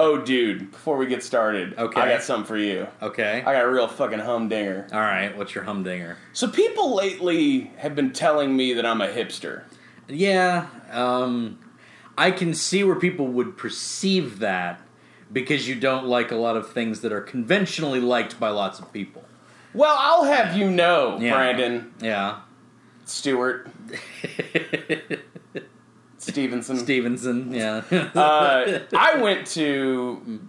Oh, dude, before we get started, Okay. I got something for you. Okay. I got a real fucking humdinger. All right. What's your humdinger? So people lately have been telling me that I'm a hipster. Yeah. Um, I can see where people would perceive that because you don't like a lot of things that are conventionally liked by lots of people. Well, I'll have you know, Yeah. Brandon, Yeah. Stewart, Stevenson. Stevenson. Yeah. uh, I went to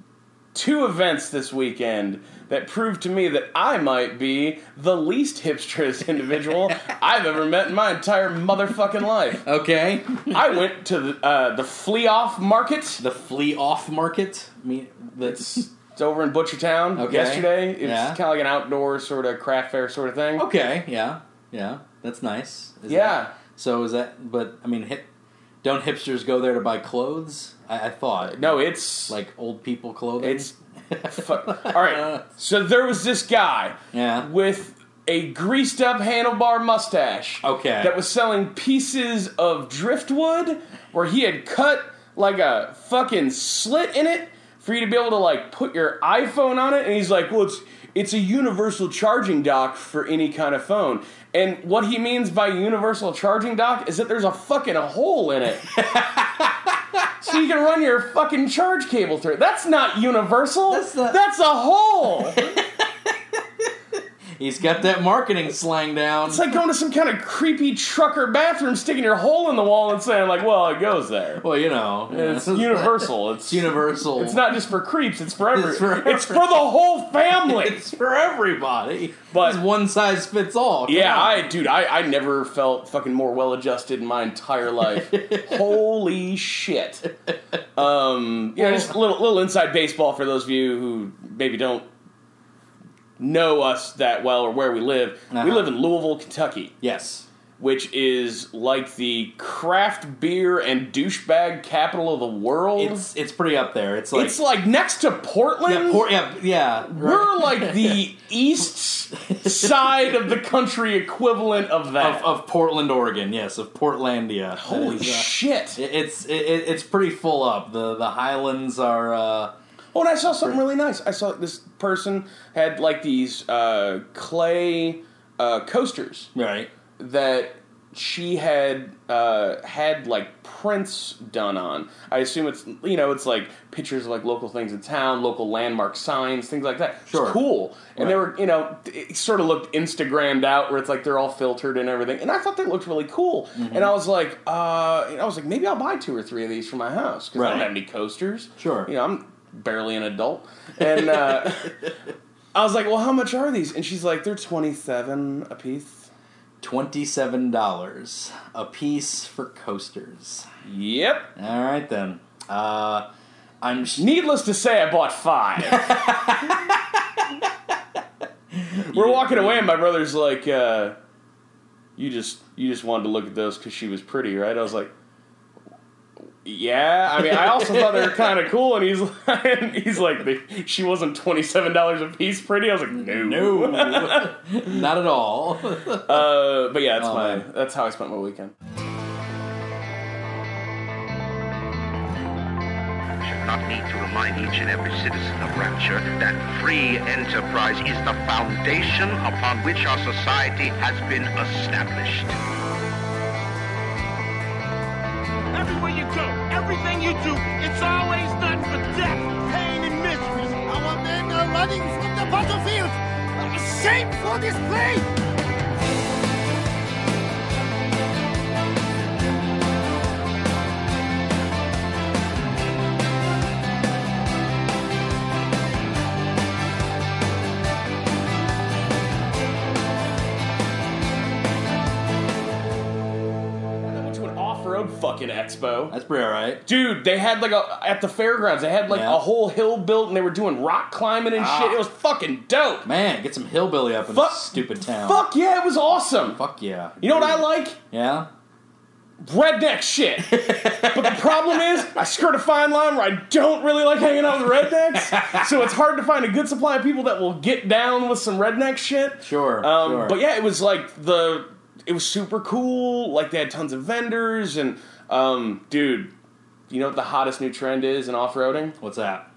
two events this weekend that proved to me that I might be the least hipsterest individual I've ever met in my entire motherfucking life. okay. I went to the, uh, the flea off market. The flea off market. I mean, that's It's over in Butchertown Okay. yesterday. It's Yeah. kind of like an outdoor sort of craft fair sort of thing. okay. Yeah. Yeah. That's nice. Is Yeah. that- so is that? But I mean, hip, don't hipsters go there to buy clothes? I, I thought No, it's like old people clothing. it's fu- all right. So there was this guy Yeah. with a greased up handlebar mustache. Okay. That was selling pieces of driftwood where he had cut like a fucking slit in it for you to be able to like put your iPhone on it and he's like, "Well, it's it's a universal charging dock for any kind of phone." And what he means by universal charging dock is that there's a fucking hole in it. so you can run your fucking charge cable through it. That's not universal. That's not- That's a hole. He's got that marketing slang down. It's like going to some kind of creepy trucker bathroom, sticking your hole in the wall and saying, like, well, it goes there. well, you know, It's universal. It's It's universal. It's not just for creeps, it's for every It's for- It's for the whole family. It's for everybody. But- it's one size fits all. Come yeah, on. I dude, I, I never felt fucking more well adjusted in my entire life. Holy shit. Um you know, just a little little inside baseball for those of you who maybe don't know us that well or where we live. We Uh-huh. live in Louisville, Kentucky. Yes. which is like the craft beer and douchebag capital of the world. It's It's it's pretty up there. It's like like, next to Portland. yeah, por- yeah, yeah, right. we're like the east side of the country equivalent of that. of, of Portland, Oregon. Yes, of Portlandia. Holy That is, uh, shit! it- It's it, it- it's pretty full up. The the Highlands are uh, Oh, and I saw something really nice. I saw this person had like these uh, clay uh, coasters right. that she had uh, had like prints done on. I assume it's you know it's like pictures of like local things in town, local landmark signs, things like that. Sure. It's cool, and they Right. were you know it sort of looked Instagrammed out where it's like they're all filtered and everything. And I thought they looked really cool, Mm-hmm. and I was like, uh, and I was like maybe I'll buy two or three of these for my house because I don't Right. have any coasters. Sure. you know I'm barely an adult, and uh, I was like, well, how much are these? And she's like, they're twenty seven a piece. Twenty-seven dollars a piece for coasters. Yep. All right then. Uh, I'm sh- Needless to say, I bought five. We're walking away, and my brother's like, uh, "You just, you just wanted to look at those because she was pretty, right?" I was like, "Yeah." I mean, I also thought they were kind of cool, and he's, and he's like, "The- "She wasn't twenty seven dollars a piece, pretty." I was like, "No, No, not at all. Uh, but yeah, that's Oh, my, man. that's how I spent my weekend. should not need to remind each and every citizen of Rapture that free enterprise is the foundation upon which our society has been established. Everywhere you go, everything you do, it's always nothing but death, pain, and misery. Our men are running from the battlefield. A shameful display! I went to an off road fucking expo. That's pretty all right. Dude, they had like a at the fairgrounds. They had like Yeah. a whole hill built, and they were doing rock climbing and Ah. shit. It was fucking dope. Man, get some hillbilly up in Fuck- this stupid town. Fuck yeah, it was awesome. Fuck yeah. You know what I like? Yeah? Redneck shit. but the problem is, I skirt a fine line where I don't really like hanging out with rednecks, so it's hard to find a good supply of people that will get down with some redneck shit. Sure. Um, sure. But yeah, it was like the it was super cool. Like they had tons of vendors and um, dude, you know what the hottest new trend is in off roading? What's that?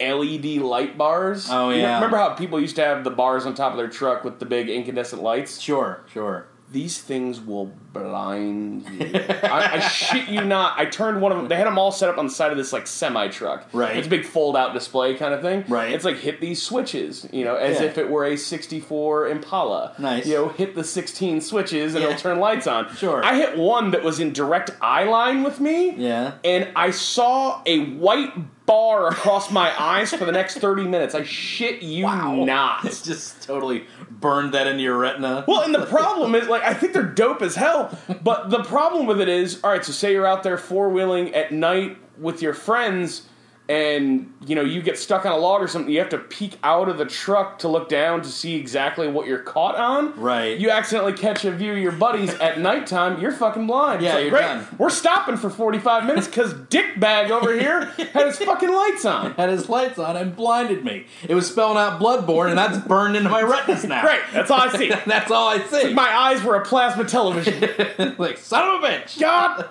LED E light bars. Oh, You know, yeah. remember how people used to have the bars on top of their truck with the big incandescent lights? Sure, sure. These things will blind you. I, I shit you not. I turned one of them. They had them all set up on the side of this like semi truck. Right. It's a big fold out display kind of thing. Right. It's like hit these switches, you know, as Yeah. if it were a '64 Impala. Nice. You know, hit the 16 switches and Yeah. it'll turn lights on. Sure. I hit one that was in direct eye line with me Yeah. and I saw a white bar across my eyes for the next 30 minutes. I shit you It's not. just totally burned that into your retina. Well, and the problem is, like, I think they're dope as hell, but the problem with it is, all right, so say you're out there four wheeling at night with your friends. And you know you get stuck on a log or something. You have to peek out of the truck to look down to see exactly what you're caught on. Right. You accidentally catch a view of your buddies at nighttime. You're fucking blind. Yeah, It's like, you're great. done. We're stopping for 45 minutes because dickbag over here had his fucking lights on. Had his lights on and blinded me. It was spelling out Bloodborne, and that's burned into my retinas now. Great. That's all I see. That's all I see. My eyes were a plasma television. like son of a bitch. God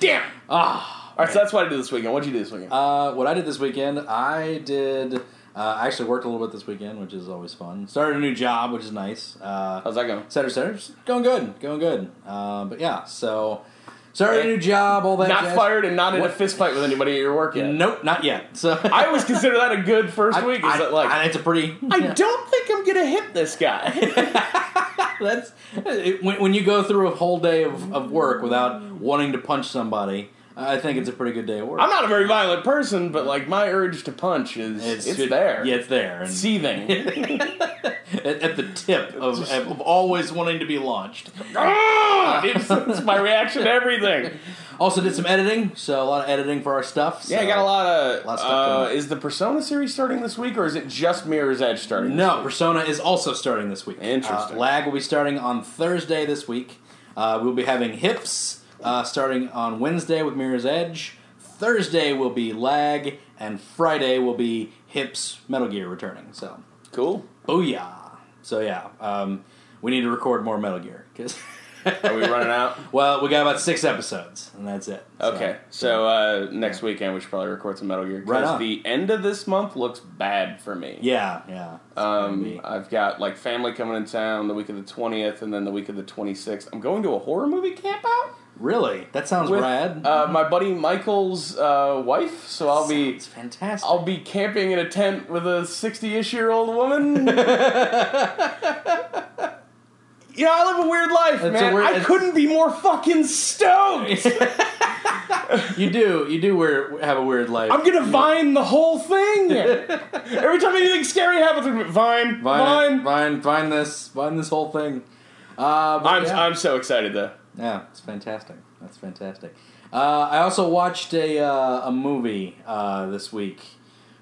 damn. Ah. all right, so that's what I did this weekend. What'd you do this weekend? Uh, what I did this weekend, I did. Uh, I actually worked a little bit this weekend, which is always fun. Started a new job, which is nice. Uh, How's that going? Saturday, Saturday, just going good, going good. Uh, but yeah, so started a new job, all that. Not jazz. fired and not in What- a fist fight with anybody at your work yet. Nope, not yet. So I always consider that a good first week. Is I, that like I- it's a pretty. I don't think I'm gonna hit this guy. That's it, when, when you go through a whole day of, of work without wanting to punch somebody. I think it's a pretty good day of work. I'm not a very violent person, but like my urge to punch is it's, it- there. Yeah, it's there. And Seething. at, at the tip of, of always wanting to be launched. Ah! it's, it's my reaction to everything. Also did some editing, so a lot of editing for our stuff. Yeah, I so- got a lot of. lot of stuff uh, coming up. is the Persona series starting this week, or is it just Mirror's Edge starting? No, Persona is also starting this week. Interesting. Uh, Lag will be starting on Thursday this week. Uh, we'll be having Hips uh, starting on Wednesday with Mirror's Edge. Thursday will be Lag, and Friday will be Hips Metal Gear returning. So, Cool. booyah! So yeah, um, we need to record more Metal Gear because, Are we running out? well, we got about six episodes, and that's it. So- Okay, so uh, next weekend we should probably record some Metal Gear because Right on. the end of this month looks bad for me. Yeah, yeah. It's gonna Um, be- I've got like family coming in town the week of the twentieth, and then the week of the twenty sixth. I'm going to a horror movie camp out really? That sounds with rad. Uh, my buddy Michael's uh, wife. So I'll be It's fantastic. I'll be camping in a tent with a 60-ish year old woman. yeah, I live a weird life, That's a man. weird- I couldn't be more fucking stoked. you do, you do wear, have a weird life. I'm gonna vine the whole thing. Every time anything scary happens, I'm gonna vine, vine. Vine, it. Vine, Vine this, Vine this whole thing. Uh, but I'm yeah. I'm so excited though. yeah, it's fantastic. That's fantastic. Uh, I also watched a uh, a movie uh, this week,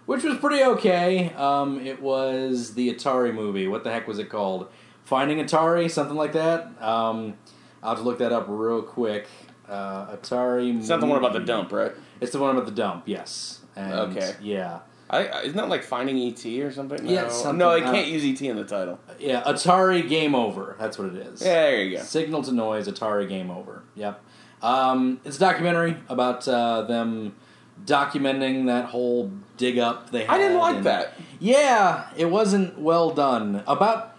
which was pretty okay. Um, it was the Atari movie. What the heck was it called? Finding Atari, something like that. Um, I'll have to look that up real quick. Uh, Atari. It's not the one about the dump, right? It's the one about the dump. Yes. And, Okay. Yeah. I, I- isn't that like finding ET or something? Yeah, no. something, no, they uh, can't use ET in the title. Yeah. Atari Game Over. That's what it is. Yeah, there you go. Signal to noise, Atari game over. Yep. Um, it's a documentary about uh, them documenting that whole dig up they had. I didn't like and- that. Yeah, it wasn't well done. About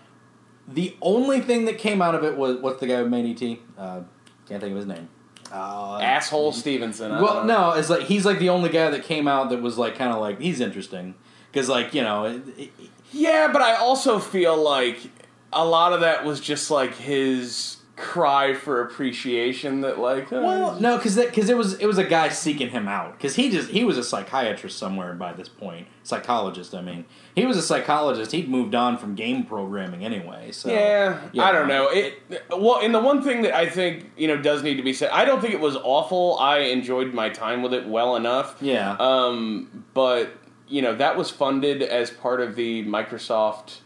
the only thing that came out of it was what's the guy who made ET? Uh, can't think of his name. Uh, Asshole Stevenson. I well, don't know. no, it's like he's like the only guy that came out that was like kind of like he's interesting because like you know it, it, Yeah, but I also feel like a lot of that was just like his cry for appreciation. That like, uh, Well, no, because because it was it was a guy seeking him out because he just he was a psychiatrist somewhere by this point, psychologist. I mean, he was a psychologist. He'd moved on from game programming anyway. So Yeah, yeah. I don't know. It well, and the one thing that I think you know does need to be said. I don't think it was awful. I enjoyed my time with it well enough. Yeah. Um, but you know that was funded as part of the Microsoft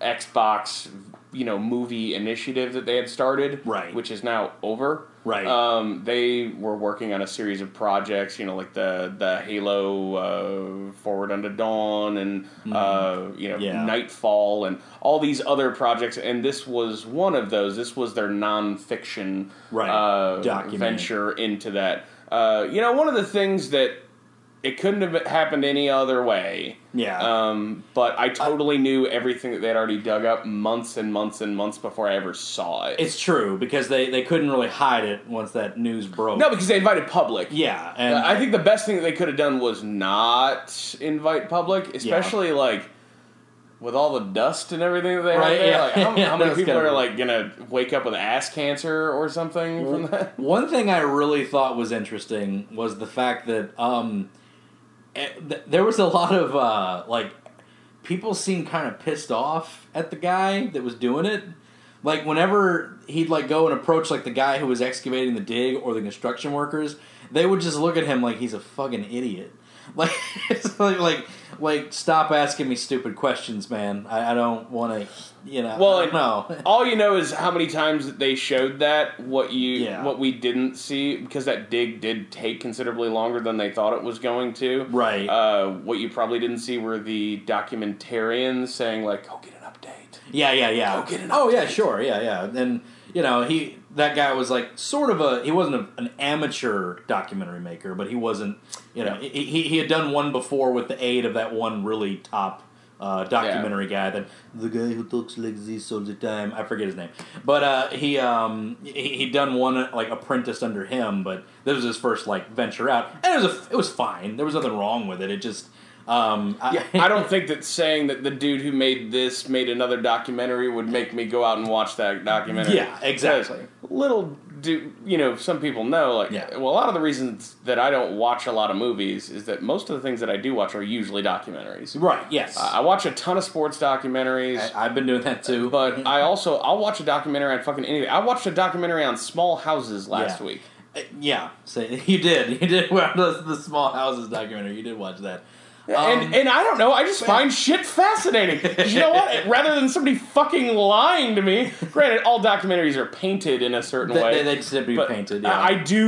Xbox you know movie initiative that they had started, Right. Which is now over. Right. Um, they were working on a series of projects, you know, like the the Halo uh, Forward Unto Dawn and uh, you know Mm-hmm. Yeah. Nightfall and all these other projects, and this was one of those. This was their nonfiction Right. uh, Document. venture into that. Uh, you know, one of the things that it couldn't have happened any other way. Yeah. Um, but I totally knew everything that they'd already dug up months and months and months before I ever saw it. It's true because they, they couldn't really hide it once that news broke. no, because they invited public. Uh, yeah, and I think the best thing that they could have done was not invite public, especially like with all the dust and everything that they Right, had there. yeah. Like, how, how many That's people gotta are be- like gonna wake up with ass cancer or something from Mm-hmm. that? One thing I really thought was interesting was the fact that um, eh, th- there was a lot of uh, like people seemed kind of pissed off at the guy that was doing it. Like whenever he'd like go and approach like the guy who was excavating the dig or the construction workers, they would just look at him like he's a fucking idiot. Like it's like like, like stop asking me stupid questions, man. I, I don't want to, you know. Well, I don't know. and all you know is how many times that they showed that what you Yeah. what we didn't see because that dig did take considerably longer than they thought it was going to. Right. Uh, what you probably didn't see were the documentarians saying like, "Go get an update." Yeah, yeah, yeah. Go get an oh, yeah, sure, yeah, yeah. And you know, he that guy was like sort of a he wasn't a, an amateur documentary maker, but he wasn't. You know, he, he he had done one before with the aid of that one really top. Uh, documentary guy that the guy who talks like this all the time I forget his name but uh, he um he he'd done one like apprentice under him but this was his first like venture out and it was a, it was fine there was nothing wrong with it it just um Yeah, I don't think that saying that the dude who made this made another documentary would make me go out and watch that documentary. Yeah, exactly. Because Little do you know? Some people know, like, Yeah. well, a lot of the reasons that I don't watch a lot of movies is that most of the things that I do watch are usually documentaries. right yes I I watch a ton of sports documentaries. I, Mm-hmm. I've been doing that too but I also I'll watch a documentary on fucking anything. I watched a documentary on small houses last Yeah. week. Uh, Yeah, so you did. You did watch the, the Small Houses documentary. You did watch that. Um, and and I don't know. I just find shit fascinating. 'Cause You know what? Rather than somebody fucking lying to me, granted, all documentaries are painted in a certain They- way. they- they just have to be but painted, I- yeah. I, do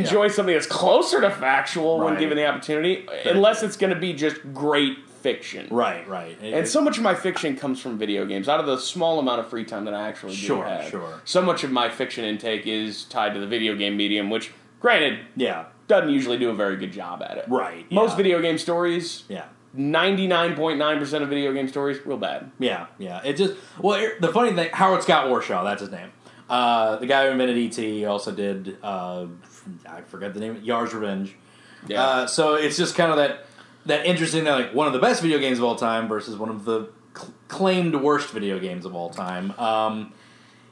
enjoy Yeah. something that's closer to factual when Right. given the opportunity, unless it's going to be just great fiction. right, right. It- And so much of my fiction comes from video games. Out of the small amount of free time that I actually do Sure, have, sure. so much of my fiction intake is tied to the video game medium, which, granted, yeah, doesn't usually do a very good job at it. Right, yeah. Most video game stories yeah, 99.9% of video game stories real bad. yeah, yeah. It just well, it- the funny thing, Howard Scott Warshaw, that's his name. Uh, the guy who invented ET also did. Uh, I forget the name. Yar's Revenge. Yeah. Uh, so it's just kind of that that interesting that like one of the best video games of all time versus one of the cl- claimed worst video games of all time. Um,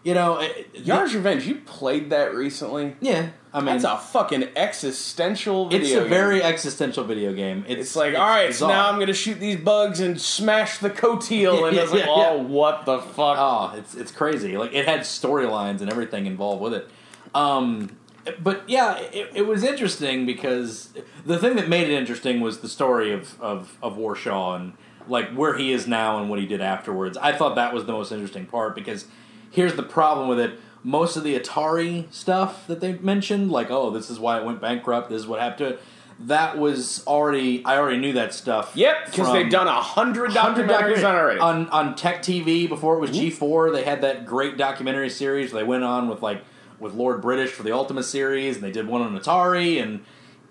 you know, it, it- Yars Revenge, you played that recently? yeah. I mean, That's a fucking existential video. It's a very game. existential video game. It's, It's like, all right, so bizarre. now I'm going to shoot these bugs and smash the coteal. And it's like, Yeah, yeah, oh, yeah. what the fuck? Oh, it's it's crazy. Like it had storylines and everything involved with it. Um, but yeah, it, it was interesting because the thing that made it interesting was the story of of, of Warshaw and like where he is now and what he did afterwards. I thought that was the most interesting part because here's the problem with it. Most of the Atari stuff that they mentioned, like oh, this is why it went bankrupt. This is what happened to it. That was already I already knew that stuff. Yep, because from- they've done a hundred hundred documentaries on it already. on on Tech TV before it was G four. They had that great documentary series they went on with like with Lord British for the Ultima series, and they did one on Atari, and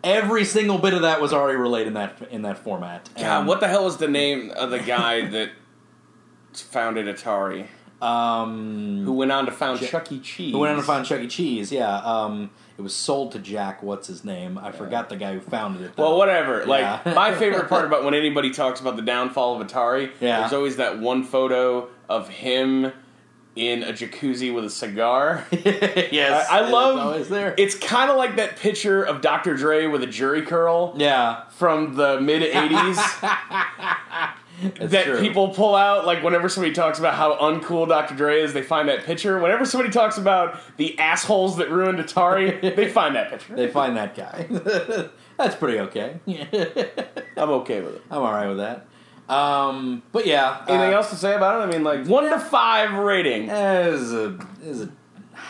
every single bit of that was already relayed in that in that format. God, And, what the hell is the name of the guy that founded Atari? Um, Who went on to found Ja- Chuck E. Cheese? who went on to found Chuck E. Cheese? Yeah, um, it was sold to Jack. What's his name? I forgot the guy who founded it. Well, though. whatever. Like Yeah. my favorite part about when anybody talks about the downfall of Atari, Yeah. there's always that one photo of him in a jacuzzi with a cigar. yes, I, I it's love. always there. It's kind of like that picture of Dr. Dre with a jury curl yeah, from the mid '80s it's that true. people pull out. Like whenever somebody talks about how uncool Dr. Dre is, they find that picture. Whenever somebody talks about the assholes that ruined Atari, they find that picture. they find that guy. That's pretty okay. I'm okay with it. I'm all right with that. Um, but yeah, Anything uh, else to say about it? I mean, like one to five rating. eh, It was a, it was a,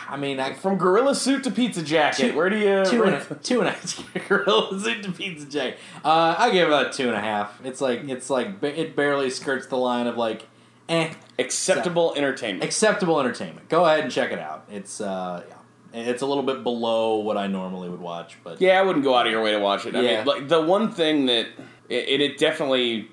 I mean, I From gorilla suit to pizza jacket, Two- where do you? two and where- a, two and a half gorilla suit to pizza J. Uh, I give it a two and a half. It's like it's like ba- it barely skirts the line of like, eh, acceptable entertainment. acceptable entertainment. Go ahead and check it out. It's uh, yeah, It's a little bit below what I normally would watch, but Yeah, I wouldn't go out of your way to watch it. I Yeah. mean, like the one thing that it, it definitely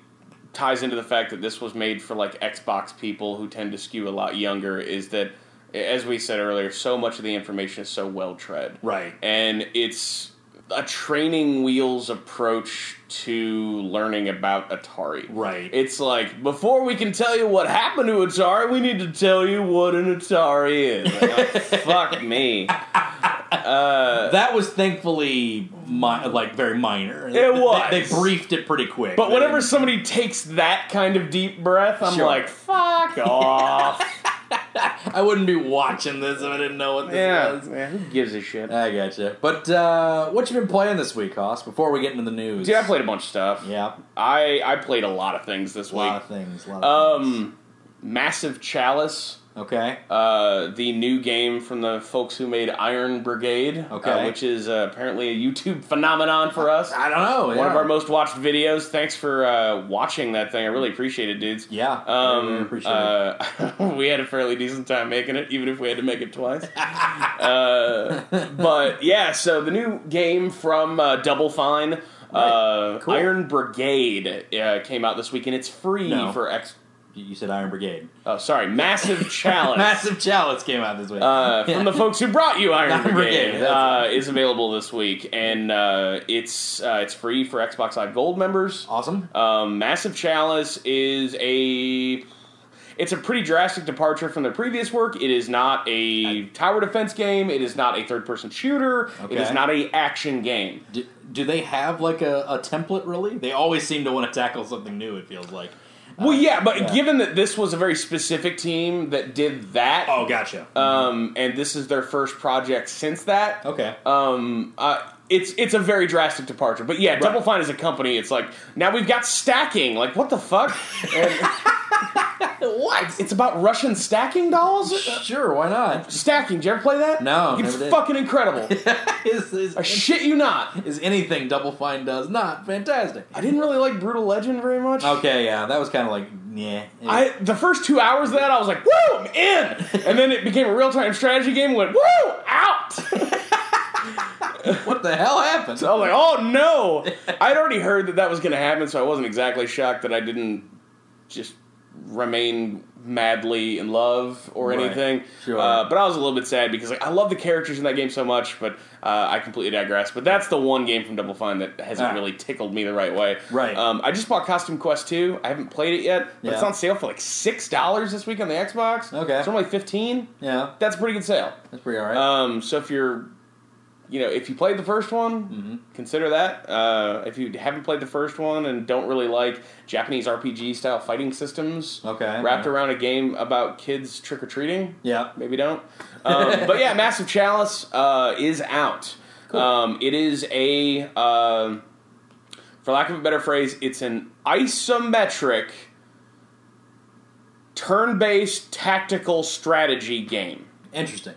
ties into the fact that this was made for like Xbox people who tend to skew a lot younger is that as we said earlier, so much of the information is so well tread. Right. And it's a training wheels approach to learning about Atari. Right. It's like before we can tell you what happened to Atari, we need to tell you what an Atari is. Like, fuck me. uh, that was thankfully mi- like very minor. They- was. They, briefed it pretty quick. But They whenever didn't- somebody takes that kind of deep breath, I'm Sure. like, fuck off. I wouldn't be watching this if I didn't know what this yeah. was. yeah, who gives a shit? I gotcha. But uh, what you been playing this week, Hoss? Before we get into the news, Dude, I played a bunch of stuff. Yeah, I, I played a lot of things this a lot week. of things. A lot of things. Um, Massive Chalice, Okay. uh, the new game from the folks who made Iron Brigade, uh, Okay. which is uh, apparently a YouTube phenomenon for us. I don't know. One of yeah. our most watched videos. Thanks for uh, watching that thing. I really appreciate it, dudes. Yeah, I really Um, appreciate uh, we had a fairly decent time making it, even if we had to make it twice. uh, but yeah, so the new game from uh, Double Fine, uh, Right, cool. Iron Brigade, uh, came out this week, and it's free No. for X. You you said Iron Brigade. Oh, sorry, Massive Challenge. Massive Chalice came out this week. uh, from the folks who brought you Iron Brigade, Iron Brigade, that's uh, is available this week, and uh, it's uh, it's free for Xbox Live Gold members. awesome. Um, Massive Chalice is a it's a pretty drastic departure from their previous work. It is not a tower defense game. It is not a third person shooter. It is Okay. not a action game. Do, do they have like a, a template? Really? They always seem to want to tackle something new. It feels like. Well, yeah, but Uh, yeah. given that this was a very specific team that did that, Oh, gotcha. um, and this is their first project since that, okay. um, uh, it's it's a very drastic departure. But yeah, Double Fine is a company. It's like now we've got stacking. Like what the fuck? And what? it's about Russian stacking dolls. Sure. Why not? Stacking. Did you ever play that? No, it's never did. fucking incredible. is, is, I shit you not. is anything Double Fine does not fantastic? I didn't really like Brutal Legend very much. Okay, yeah, that was kind of like yeah. I the first two hours of that I was like, woo, I'm in, and then it became a real time strategy game. Went woo, out. what the hell happened? I was like, oh no. I'd already heard that that was going to happen, so I wasn't exactly shocked that I didn't just remain madly in love or Right. anything. Sure. Uh, but I was a little bit sad because like I love the characters in that game so much, but uh, I completely digress. But that's the one game from Double Fine that hasn't Ah. really tickled me the right way. Right. Um, I just bought Costume Quest 2. I haven't played it yet, but it's Yeah. on sale for like $6 this week on the Xbox. Okay. It's normally 15 yeah, That's a pretty good sale. that's pretty all right. Um, so if you're, you know, if you played the first one, Mm-hmm. consider that. Uh, if you haven't played the first one and don't really like Japanese RPG style fighting systems, Okay, wrapped yeah. around a game about kids trick or treating, yeah, maybe don't. Um, but yeah, Massive Chalice uh, is out. Um, it is a, um for lack of a better phrase, it's an isometric, turn-based tactical strategy game. interesting.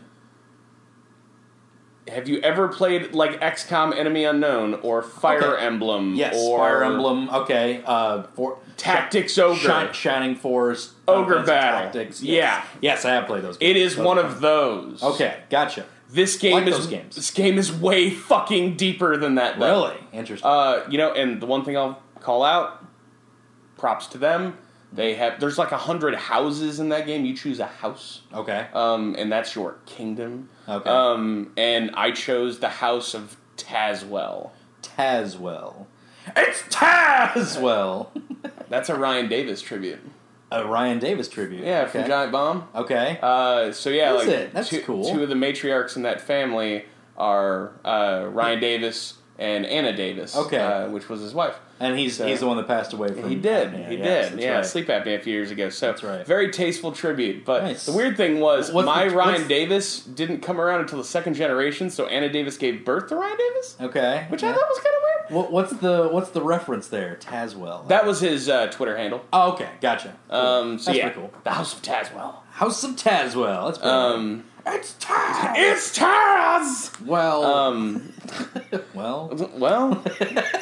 Have you ever played like XCOM Enemy Unknown or Fire Okay. Emblem? Yes, or Fire Emblem. Okay, uh, for Tactics Ogre. Shi- Shining Force, Ogre Offensive Battle. Tactics. Yeah. Yes. yes, I have played those. It games. is Those one are of fun. those. Okay, gotcha. This game Like is those games. this game is way fucking deeper than that. though. Really interesting. Uh, you know, and the one thing I'll call out, props to them. They have there's like a hundred houses in that game. You choose a house. okay, Um, and that's your kingdom. Okay. Um, and I chose the house of Tazwell. Tazwell. It's Tazwell. That's a Ryan Davis tribute. a Ryan Davis tribute. Yeah, okay. from Giant Bomb. Okay. Uh, so yeah, Is like it? That's two, cool. two of the matriarchs in that family are uh, Ryan Davis and Anna Davis. Okay. uh, which was his wife. and he's so- he's the one that passed away from. He did. apnea. he Yes, did. that's Yeah, right. sleep apnea a few years ago. So That's right. very tasteful tribute. But Nice. the weird thing was, What's my the- Ryan what's- Davis didn't come around until the second generation. So Anna Davis gave birth to Ryan Davis, Okay. which I yeah. thought was kind of weird. What, what's the what's the reference there, Tazwell? That was his uh, Twitter handle. oh, okay, gotcha. Cool. Um, so That's yeah, pretty cool. the House of Tazwell. House of Tazwell. That's pretty Um, cool. it's Taz. it's Taz. well, Um, well, well,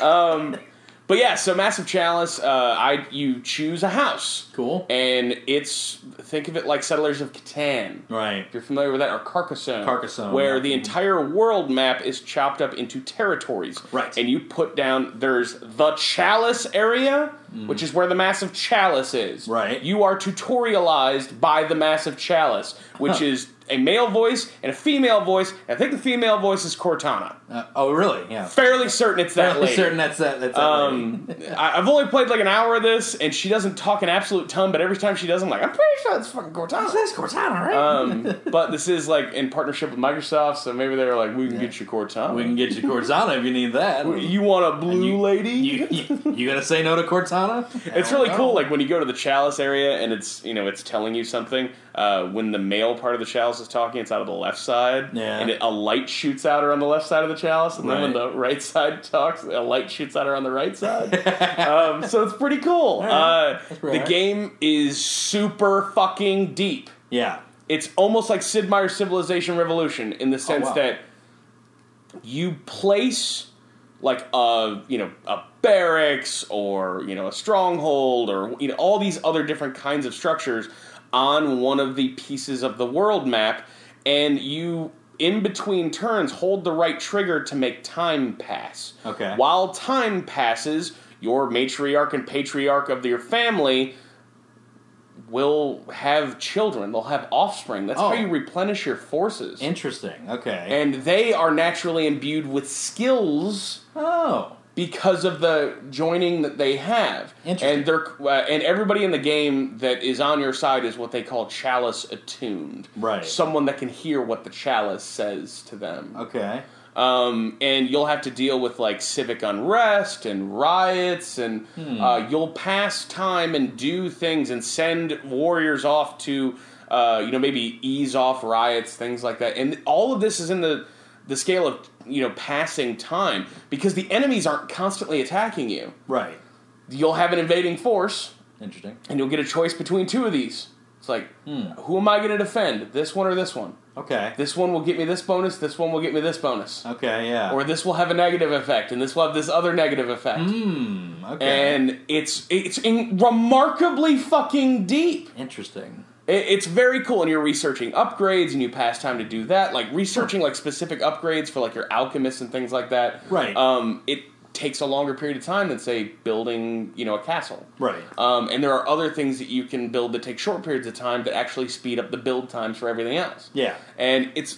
um, But yeah, so massive chalice. Uh, I you choose a house, Cool. and it's think of it like Settlers of Catan. Right. If you're familiar with that, or Carcassonne. Carcassonne, Where yeah. the entire world map is chopped up into territories. Right. And you put down, there's the Chalice area, which is where the Massive Chalice is. Mm. Right. You are tutorialized by the Massive Chalice, which Huh. is a male voice and a female voice. And I think the female voice is Cortana. Uh, oh, really? Yeah. Fairly certain it's that Fairly lady. certain that's that. That's that Um, I, I've only played like an hour of this, and she doesn't talk an absolute ton. But every time she does, I'm like, I'm pretty sure it's fucking Cortana. That's Cortana, right? Um, but this is like in partnership with Microsoft, so maybe they're like, we can get you Cortana. we can get you Cortana if you need that. you want a blue you- lady? you, you, you gonna say no to Cortana? it's I don't really know. cool. Like when you go to the chalice area and it's you know it's telling you something. Uh, when the male part of the chalice is talking, it's out of the left side, Yeah. and it, a light shoots out around the left side of the chalice, and then when Right. the right side talks, a light shoots out around the right side. um, so it's pretty cool. right. Uh, That's the pretty all right. game is super fucking deep. Yeah. it's almost like Sid Meier's Civilization Revolution in the sense Oh, wow. that you place like a you know a barracks or you know a stronghold or you know all these other different kinds of structures on one of the pieces of the world map and you in between turns hold the right trigger to make time pass Okay. while time passes your matriarch and patriarch of your family will have children. They'll have offspring. That's Oh. how you replenish your forces. Interesting. Okay. and they are naturally imbued with skills oh. because of the joining that they have. Interesting. And they're uh, and everybody in the game that is on your side is what they call chalice attuned. Right. Someone that can hear what the chalice says to them. Okay. Um, and you'll have to deal with like civic unrest and riots, and uh, you'll pass time and do things and send warriors off to, uh, you know, maybe ease off riots, things like that. And all of this is in the the scale of you know passing time because the enemies aren't constantly attacking you. Right. You'll have an invading force, Interesting. and you'll get a choice between two of these. It's like, who am I going to defend? This one or this one? Okay. This one will get me this bonus. This one will get me this bonus Okay. Yeah. or this will have a negative effect, and this will have this other negative effect. Hmm. Okay. And it's it's in remarkably fucking deep. Interesting. I- It's very cool, and you're researching upgrades, and you pass time to do that, like researching like specific upgrades for like your alchemists and things like that. Right. Um, it takes a longer period of time than say building you know a castle. Right. Um, and there are other things that you can build that take short periods of time that actually speed up the build times for everything else Yeah. and it's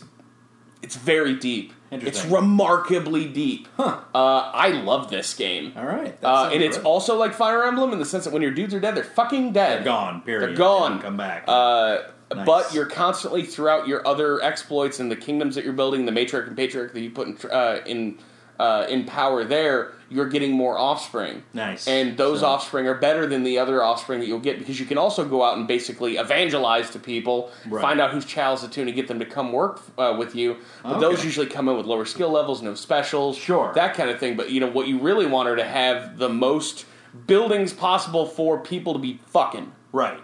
it's very deep. It's Interesting. remarkably deep. Huh. Uh, I love this game. All right. that Uh, sounds and it's great. also like Fire Emblem in the sense that when your dudes are dead, they're fucking dead. They're gone. Period. They're gone. They don't come back. Uh, Nice. But you're constantly throughout your other exploits and the kingdoms that you're building, the matriarch and patriarch that you put in tr- uh, in uh, in power there, you're getting more offspring. Nice. And those So- offspring are better than the other offspring that you'll get because you can also go out and basically evangelize to people, Right. find out whose child's attuned, and get them to come work uh, with you. But those Okay. usually come in with lower skill levels, no specials, Sure. that kind of thing. But you know what you really want are to have the most buildings possible for people to be fucking right.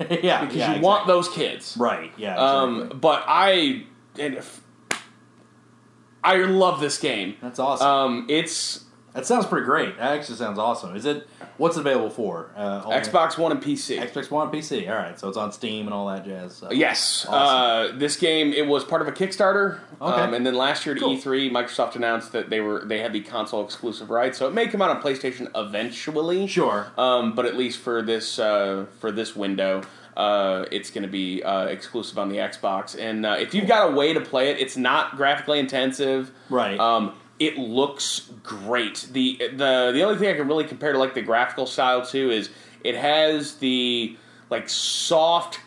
yeah. because yeah, you want exactly. those kids. Right. Yeah. Um, exactly. but I and if, I love this game. That's awesome. Um, it's that sounds pretty great. That actually sounds awesome. Is it? What's it available for? Uh, only- Xbox One and PC. Xbox One, PC. All right. So it's on Steam and all that jazz. so- Yes, Awesome. uh, this game it was part of a Kickstarter, Okay. um, and then last year at Cool. E3, Microsoft announced that they were they had the console exclusive rights, so it may come out on PlayStation eventually. Sure. um, but at least for this uh, for this window, uh, it's going to be uh, exclusive on the Xbox. And uh, if you've got a way to play it, it's not graphically intensive, Right. Um, it looks great. the the The only thing I can really compare to like the graphical style too is it has the like soft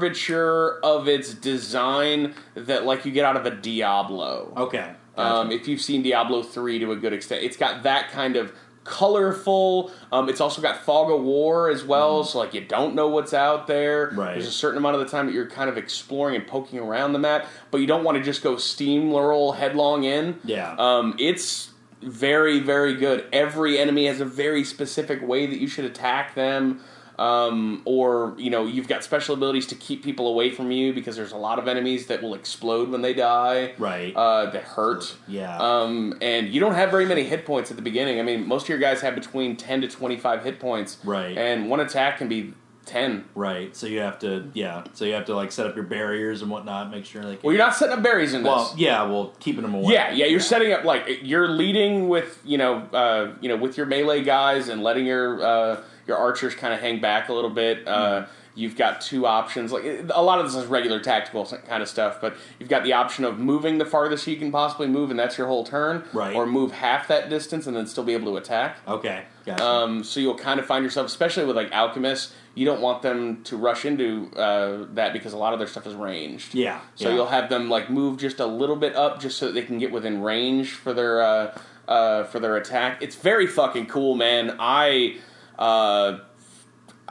curvature of its design that like you get out of a Diablo. Okay. Um, if you've seen Diablo 3 to a good extent, it's got that kind of colorful. Um, it's also got fog of war as well, so like you don't know what's out there. Mm-hmm. Right. There's a certain amount of the time that you're kind of exploring and poking around the map, but you don't want to just go steamroll headlong in. Yeah. Um, it's very very good. Every enemy has a very specific way that you should attack them. um, or you know you've got special abilities to keep people away from you because there's a lot of enemies that will explode when they die Right. uh, that hurt Yeah. um, and you don't have very many hit points at the beginning i mean most of your guys have between 10 to 25 hit points Right. and one attack can be 10 Right. So you have to, yeah. So you have to like set up your barriers and whatnot, make sure like. well you're not setting up berries in this Well, yeah. Well, keeping them away. Yeah, yeah, you're setting up like you're leading with you know uh, you know with your melee guys and letting your uh, your archers kind of hang back a little bit. Uh, Mm-hmm. You've got two options. Like a lot of this is regular tactical kind of stuff, but you've got the option of moving the farthest you can possibly move, and that's your whole turn, Right. Or move half that distance and then still be able to attack. Okay. Gotcha. Um, so you'll kind of find yourself, especially with like alchemists, you don't want them to rush into uh, that because a lot of their stuff is ranged. Yeah, So yeah. you'll have them like move just a little bit up, just so that they can get within range for their uh, uh, for their attack. It's very fucking cool, man. I. Uh,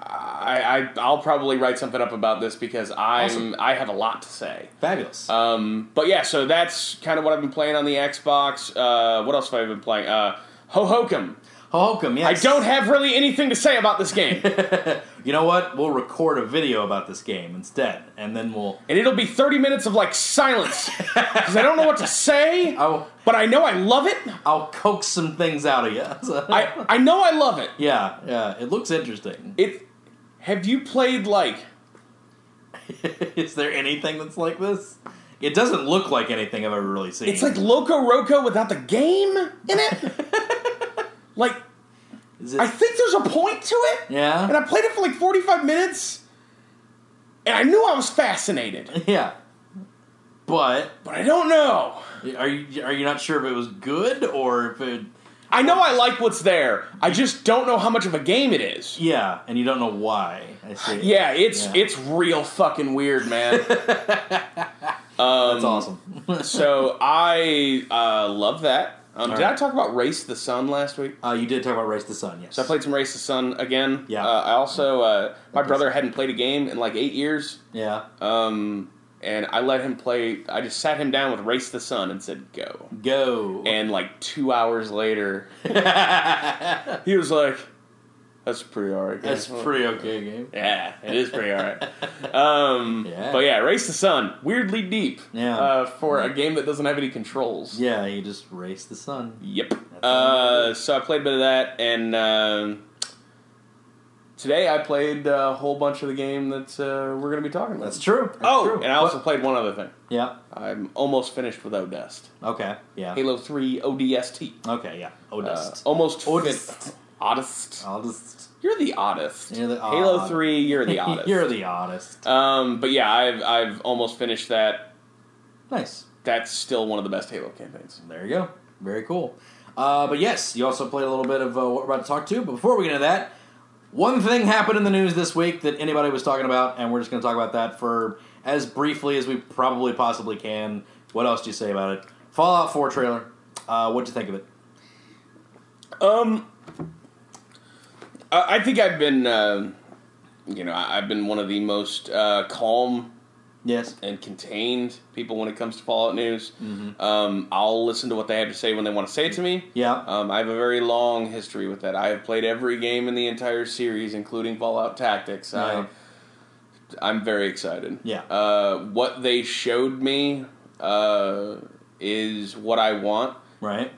I, I I'll probably write something up about this because I'm Awesome. I have a lot to say. Fabulous. Um, but yeah, so that's kind of what I've been playing on the Xbox. Uh, what else have I been playing? Uh, Hohokam. Holcomb. I Yes. don't have really anything to say about this game. and You know what? We'll record a video about this game instead, and then we'll. it'll be 30 minutes of like silence. Because I don't know what to say, I'll but I know I love it. I'll coax some things out of you. I, I know I love it. yeah, yeah. It looks interesting. It. Have you played like. Is there anything that's like this? It doesn't look like anything I've ever really seen. It's like Loco Roco without the game in it? like, Is it, I think there's a point to it. Yeah. And I played it for like 45 minutes, and I knew I was fascinated, yeah. But but I don't know. are you are you not sure if it was good or if it? I know I like what's there. I just don't know how much of a game it is. Yeah, and you don't know why. I see. Yeah, it's Yeah. it's real fucking weird, man. that's awesome. so I uh, love that. Um, All did I right. talk about Race the Sun last week? Uh, you did talk about Race the Sun, yes. So I played some Race the Sun again. Yeah. Uh, I also uh, my brother hadn't played a game in like eight years, Yeah, um, and I let him play. I just sat him down with Race the Sun and said, "Go." go. And like two hours later, he was like, "That's pretty alright." that's pretty okay game. Yeah, it is pretty alright. Um, Yeah. But yeah, Race the Sun, weirdly deep Yeah. Mm-hmm. uh, for a game that doesn't have any controls. Yeah, you just race the sun. Yep. all Uh, so I played a bit of that, and um today I played a whole bunch of the game that uh, we're going to be talking about. That's true. That's oh, true. and I also played one other thing. yeah. I'm almost finished with Odest. Okay. Yeah. Halo 3 ODST. Okay. Yeah. Oh, Uh, dust. almost fin- Oddest. Oddest. I'll just. You're the oddest. Oh. You're the Halo odd. 3, you're the oddest. You're the oddest. Um, but yeah, I've I've almost finished that. nice. That's still one of the best Halo campaigns. There you go. Very cool. Uh, but yes, you also played a little bit of uh, what we're about to talk to. But before we get into that, one thing happened in the news this week that anybody was talking about, and we're just going to talk about that for as briefly as we probably possibly can. What else do you say about it? Fallout 4 trailer. Uh, what'd you think of it? Um, I, I think I've been, uh, you know, I, I've been one of the most uh, calm Yes. and contained people when it comes to Fallout news. Mm-hmm. Um, I'll listen to what they have to say when they want to say it to me. Yeah. Um, I have a very long history with that. I have played every game in the entire series, including Fallout Tactics. Yeah. I, I'm very excited. Yeah. Uh, what they showed me uh, is what I want. right.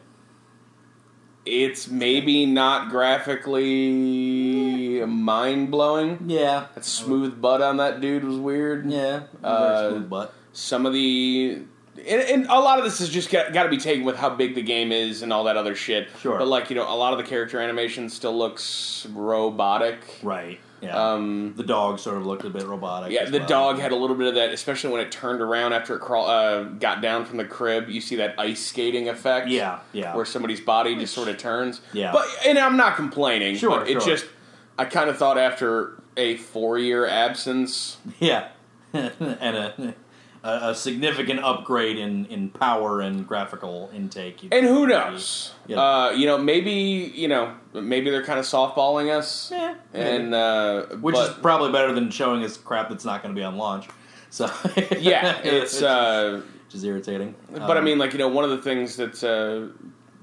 It's maybe not graphically mind blowing. Yeah. That smooth butt on that dude was weird. Yeah. Uh, Very smooth butt. Some of the. And, and a lot of this has just got, got to be taken with how big the game is and all that other shit. Sure. But, like, you know, a lot of the character animation still looks robotic. Right. Yeah. Um, the dog sort of looked a bit robotic. yeah, as the well. dog had a little bit of that, especially when it turned around after it crawl, uh, got down from the crib. You see that ice skating effect. Yeah. Yeah. where somebody's body just sort of turns. Yeah. But and I'm not complaining. Sure, But it sure. just I kind of thought after a four year absence. Yeah, and a, a a significant upgrade in in power and graphical intake. And who knows? Yeah. Uh, you know, maybe you know, maybe they're kind of softballing us. Yeah, Eh, maybe. And uh, which but, is probably better than showing us crap that's not going to be on launch. So yeah, it's. which, Uh, which is irritating. Um, but I mean, like you know, one of the things that uh,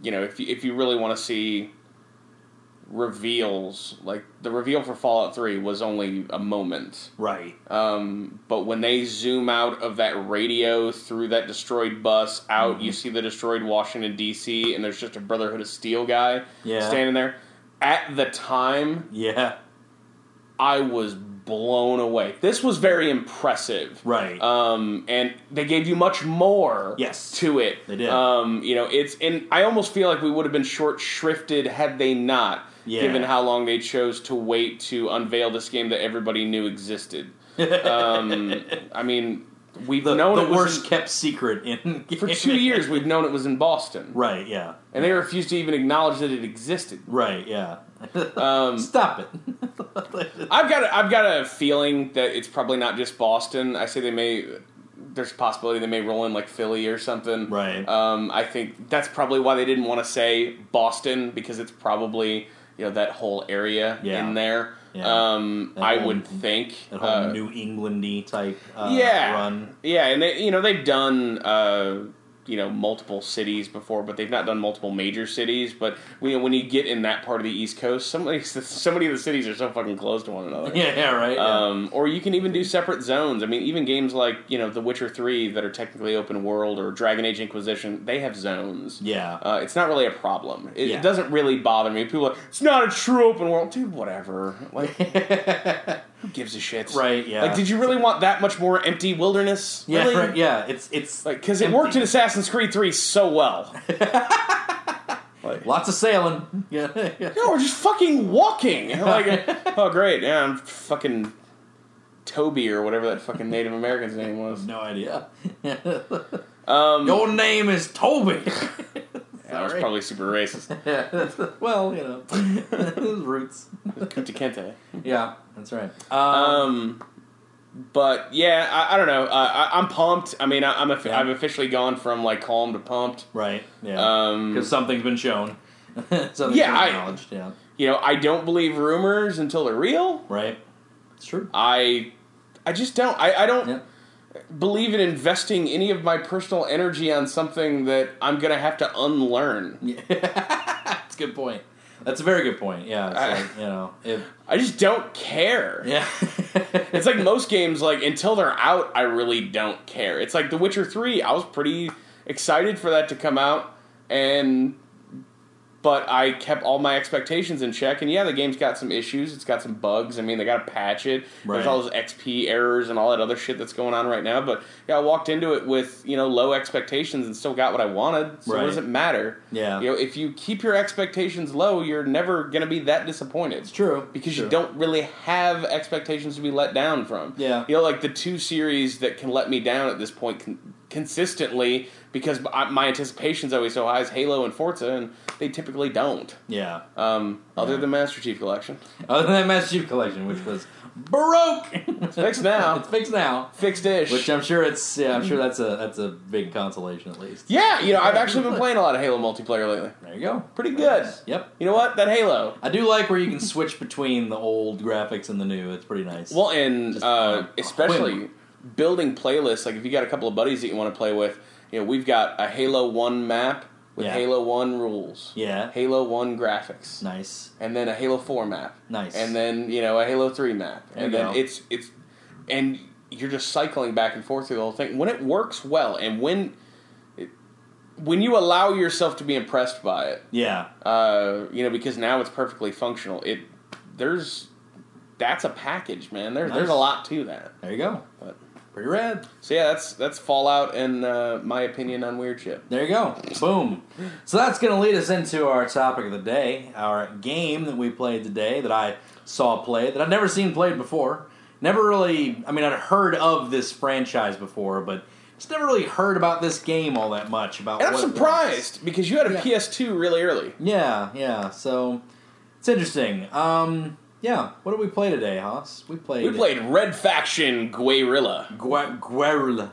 you know, if you, if you really want to see reveals, like the reveal for Fallout Three was only a moment. Right. Um, but when they zoom out of that radio through that destroyed bus out, you see the destroyed Washington D.C. and there's just a Brotherhood of Steel guy Yeah. standing there. At the time, yeah. I was blown away. This was very impressive. Right. Um, and they gave you much more Yes. to it. They did. Um, you know, it's and I almost feel like we would have been short shrifted had they not, Yeah. given how long they chose to wait to unveil this game that everybody knew existed. um, I mean, we've the known the it was worst in- kept secret in for two years. We've known it was in Boston, Right. Yeah. and they refused to even acknowledge that it existed. Right. Yeah. Um, Stop it. I've got a, I've got a feeling that it's probably not just Boston. I say they may there's a possibility they may roll in like Philly or something. Right. Um, I think that's probably why they didn't want to say Boston because it's probably you know that whole area Yeah. in there. Yeah. Um, That I whole- would think. That whole uh, New Englandy type uh, yeah, run. yeah, and they you know they've done. Uh, you know, multiple cities before, but they've not done multiple major cities. But you know, when you get in that part of the East Coast, some of these- so many of the cities are so fucking close to one another. Yeah. Yeah. Right. yeah. Um, or you can even do separate zones. I mean, even games like you know The Witcher Three that are technically open world or Dragon Age Inquisition, they have zones. Yeah. Uh, it's not really a problem. It, it Yeah. doesn't really bother me. People are like, it's not a true open world, dude. Whatever. Like, who gives a shit? Right, yeah. Like, did you really want that much more empty wilderness? yeah. Really? Right, yeah. It's it's Like, because it worked in empty. Assassin's Creed Three so well. like, lots of sailing. Yeah. yeah. No, we're just fucking walking. Like, oh great, yeah, I'm fucking Toby or whatever that fucking Native American's name was. No idea. Um, Your name is Toby. that was probably super racist. well, you know, his roots. Kunta Kinte. Yeah, that's right. Um, Um, but yeah, I, I don't know. I, I, I'm pumped. I mean, I, I'm offi- Yeah. I've officially gone from like calm to pumped. right. Yeah. Um, Because something's been shown. something's been Yeah, I- acknowledged. yeah. you know, I don't believe rumors until they're real. Right. It's true. I, I just don't. I, I don't. Yeah. Believe in investing any of my personal energy on something that I'm gonna have to unlearn. That's a good point. That's a very good point. Yeah. It's I- like, you know, if I just don't care. yeah. It's like most games, like until they're out, I really don't care. It's like The Witcher Three. I was pretty excited for that to come out, and but I kept all my expectations in check. And yeah, the game's got some issues. It's got some bugs. I mean, they got to patch it. Right. There's all those XP errors and all that other shit that's going on right now. But yeah, I walked into it with you know low expectations and still got what I wanted. So Right. what does it matter? Yeah. you know, if you keep your expectations low, you're never gonna be that disappointed It's true. because True. you don't really have expectations to be let down from. Yeah. you know, like the two series that can let me down at this point con- consistently because I, my anticipation's always so high is Halo and Forza, and they typically don't. Yeah. Um, other Yeah. than Master Chief Collection, Other than that Master Chief Collection, which was broke. it's fixed now, it's fixed now. fixed ish. Which uh, I'm sure it's yeah, I'm sure that's a that's a big consolation at least. yeah, you know, I've actually been playing a lot of Halo multiplayer lately. There you go. Pretty good. Yep. You know what? That Halo. I do like where you can switch between the old graphics and the new. It's pretty nice. Well, and Just, uh, um, especially whim. building playlists. Like if you got a couple of buddies that you want to play with, you know, we've got a Halo One map with Yeah. Halo One rules, yeah, Halo One graphics, nice. and then a Halo Four map, Nice. and then you know a Halo Three map, There and you then go. it's it's and you're just cycling back and forth through the whole thing. When it works well, and when it, when you allow yourself to be impressed by it, Yeah, uh, you know, because now it's perfectly functional. It there's that's a package, man. There's there's a Nice. lot to that. there you go. But Pretty rad. so yeah, that's that's Fallout and uh, my opinion on weird shit. There you go. Boom. So that's going to lead us into our topic of the day, our game that we played today that I saw played that I've never seen played before. Never really, I mean, I'd heard of this franchise before, but just never really heard about this game all that much. About And I'm what it was. surprised because you had a Yeah. PS2 really early. Yeah, yeah. So it's interesting. Um, yeah. What did we play today, Haas? We played. We played Red Faction Guerrilla. Gua- Guerrilla.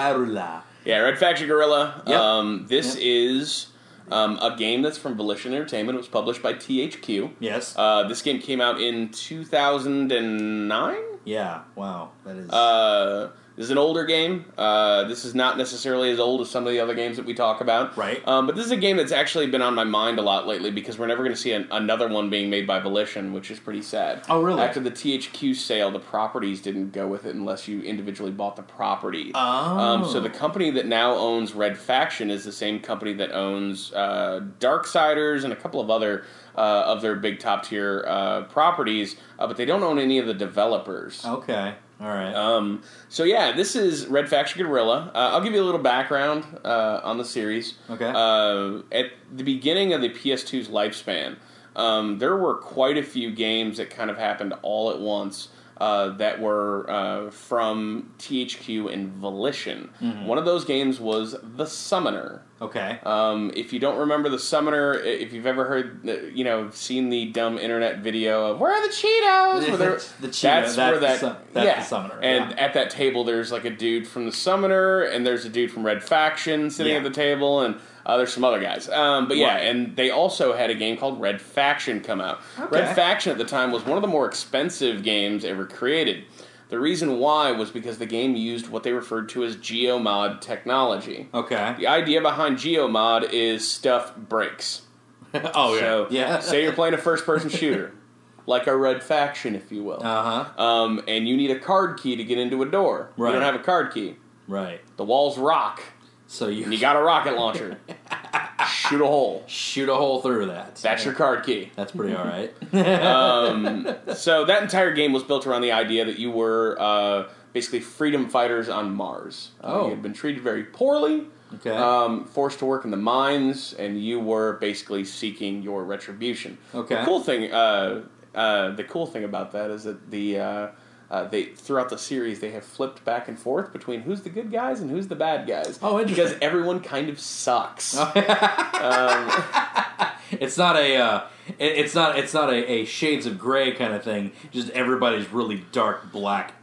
Guerrilla. Yeah, Red Faction Guerrilla. Yep. Um, this Yep. is um, a game that's from Volition Entertainment. It was published by THQ. Yes. Uh, this game came out in 2009. yeah. Wow. That is. Uh, This is an older game. Uh, this is not necessarily as old as some of the other games that we talk about. Right. Um, but this is a game that's actually been on my mind a lot lately because we're never going to see an, another one being made by Volition, which is pretty sad. Oh, really? After the THQ sale, the properties didn't go with it unless you individually bought the property. Oh. Um, so the company that now owns Red Faction is the same company that owns uh, Darksiders and a couple of other uh, of their big top tier uh, properties, uh, but they don't own any of the developers. Okay. All right. Um, so yeah, this is Red Faction Guerrilla. Uh, I'll give you a little background uh, on the series. Okay. Uh, at the beginning of the PS2's lifespan, um, there were quite a few games that kind of happened all at once. Uh, that were uh, from THQ and Volition. One of those games was The Summoner. okay. Um, if you don't remember the summoner, i- if you've ever heard, uh, you know, seen the dumb internet video of "Where are the Cheetos?" Where they're- The Cheeto, that's, that's where the that, sum- that's yeah. the summoner, And yeah. at that table, there's like a dude from the summoner, and there's a dude from Red Faction sitting Yeah. at the table, and uh, there's some other guys. Um, but yeah, Right. and they also had a game called Red Faction come out. Okay. Red Faction at the time was one of the more expensive games ever created. The reason why was because the game used what they referred to as geomod technology. okay. The idea behind GeoMod is stuff breaks. oh yeah. So, yeah. say you're playing a first person shooter, like a Red Faction, if you will, Uh huh. um, and you need a card key to get into a door. Right. You don't have a card key. Right. The walls rock, So you, and you got a rocket launcher. Shoot a hole. shoot a hole through that. That's your card key. That's pretty all right. So, that entire game was built around the idea that you were uh, basically freedom fighters on Mars. Uh, Oh. You had been treated very poorly. Okay. um, forced to work in the mines, and you were basically seeking your retribution. Okay. The cool thing, uh, uh, the cool thing about that is that the uh, uh, they throughout the series they have flipped back and forth between who's the good guys and who's the bad guys. Oh, interesting. Oh. Because everyone kind of sucks. it's not a. Uh, it- it's not. It's not a, a shades of gray kind of thing. Just everybody's really dark black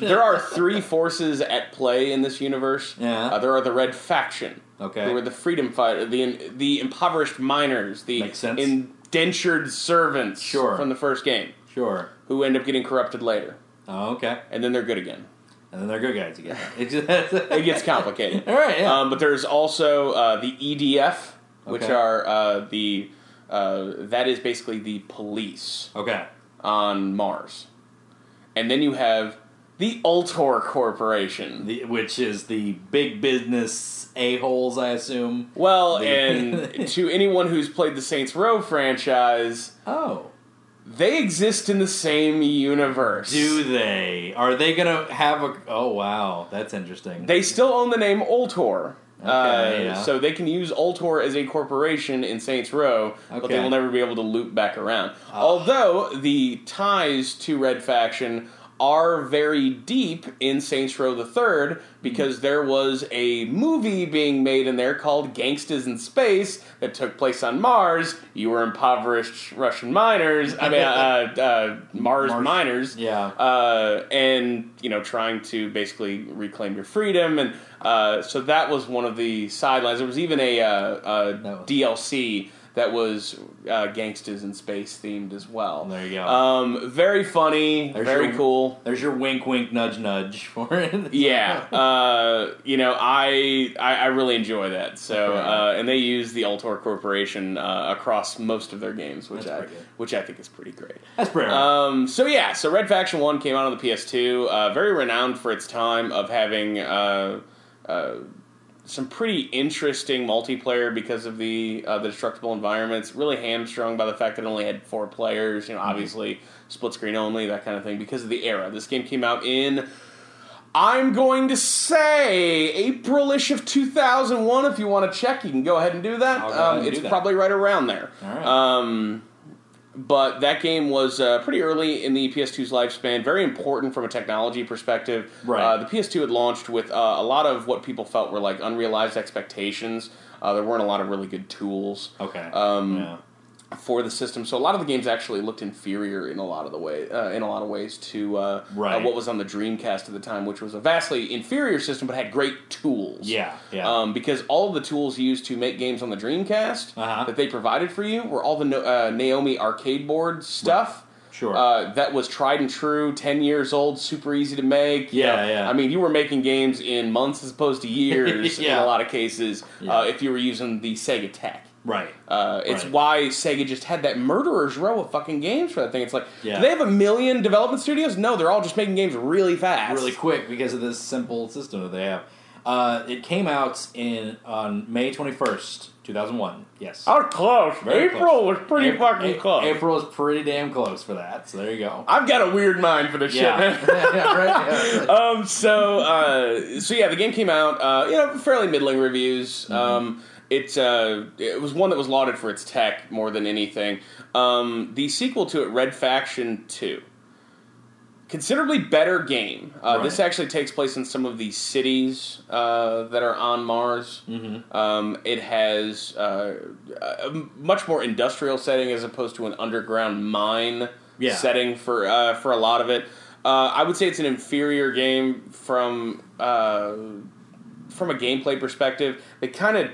there are three forces at play in this universe. Yeah. Uh, there are the Red Faction. Okay. Who are the freedom fighter, the the impoverished miners, the Makes sense. indentured servants Sure. from the first game. sure. who end up getting corrupted later, Oh, okay. and then they're good again. And then they're good guys again. It gets complicated. all right. Yeah. um, but there's also uh, the EDF, which Okay. are uh, the uh, that is basically the police okay. on Mars, and then you have the Ultor Corporation. The, which is the big business a holes, I assume. well, the- and to anyone who's played the Saints Row franchise, Oh. they exist in the same universe. Do they? Are they gonna have a? Oh wow, that's interesting. They still own the name Ultor. uh, yeah. So they can use Ultor as a corporation in Saints Row, but Okay. Ah. they will never be able to loop back around. Although the ties to Red Faction are very deep in Saints Row the Third, because Hmm. there was a movie being made in there called Gangsters in Space that took place on Mars. You were impoverished Russian miners. I mean, uh, uh, Mars, Mars- miners yeah. uh, and you know trying to basically reclaim your freedom and uh, so that was one of the sidelines there was even a, uh, uh That was- dlc that was uh, gangsters in space themed as well There you go. um, very funny There's very your- cool There's your wink, wink, nudge, nudge for it. yeah uh, you know I, I i really enjoy that so uh, and they use the altor corporation uh, across most of their games which That's i pretty good. which i think is pretty great that's pretty. all right. um, so yeah, so Red Faction One came out on the PS2, uh, very renowned for its time of having uh, uh, some pretty interesting multiplayer because of the uh, the destructible environments. Really hamstrung by the fact that it only had four players. Mm-hmm. You know, obviously split screen only, that kind of thing. Because of the era, this game came out in. I'm going to say Aprilish of 2001. If you want to check, you can go ahead and do that. I'll go ahead Um, and it's do that. probably right around there. All right. Um, but that game was uh, pretty early in the PS2's lifespan. Very important from a technology perspective. Right. Uh, the PS2 had launched with uh, a lot of what people felt were like unrealized expectations. Uh, there weren't a lot of really good tools okay. um, yeah. for the system, so a lot of the games actually looked inferior in a lot of the way uh, in a lot of ways to uh, Right. uh, what was on the Dreamcast at the time, which was a vastly inferior system but had great tools. Yeah. Yeah. Um, because all of the tools used to make games on the Dreamcast Uh-huh. that they provided for you were all the no- uh, Naomi arcade board stuff. Sure. Uh, that was tried and true, 10 years old, super easy to make. You Yeah, know, yeah. I mean, you were making games in months as opposed to years in Yeah. a lot of cases Yeah. uh, if you were using the Sega Tech. right. Uh, it's Right. why Sega just had that murderer's row of fucking games for that thing. It's like, Yeah. do they have a million development studios? No, they're all just making games really fast. really quick because of this simple system that they have. Uh, it came out in on May twenty first, two thousand one. Yes. How close? Very Oh, April close. was pretty Ap- fucking A- close. April is pretty damn close for that. So there you go. I've got a weird mind for this Yeah. Ah, shit. Yeah, right, yeah. um, so uh, so yeah, the game came out. Uh, you know, fairly middling reviews. Mm-hmm. Um, it's uh, it was one that was lauded for its tech more than anything. Um, the sequel to it, Red Faction Two, considerably better game. Uh, This Right. actually takes place in some of the cities uh, that are on Mars. Mm-hmm. Um, it has uh, a much more industrial setting as opposed to an underground mine Yeah. setting for uh, for a lot of it. Uh, I would say it's an inferior game from uh, from a gameplay perspective. They kind of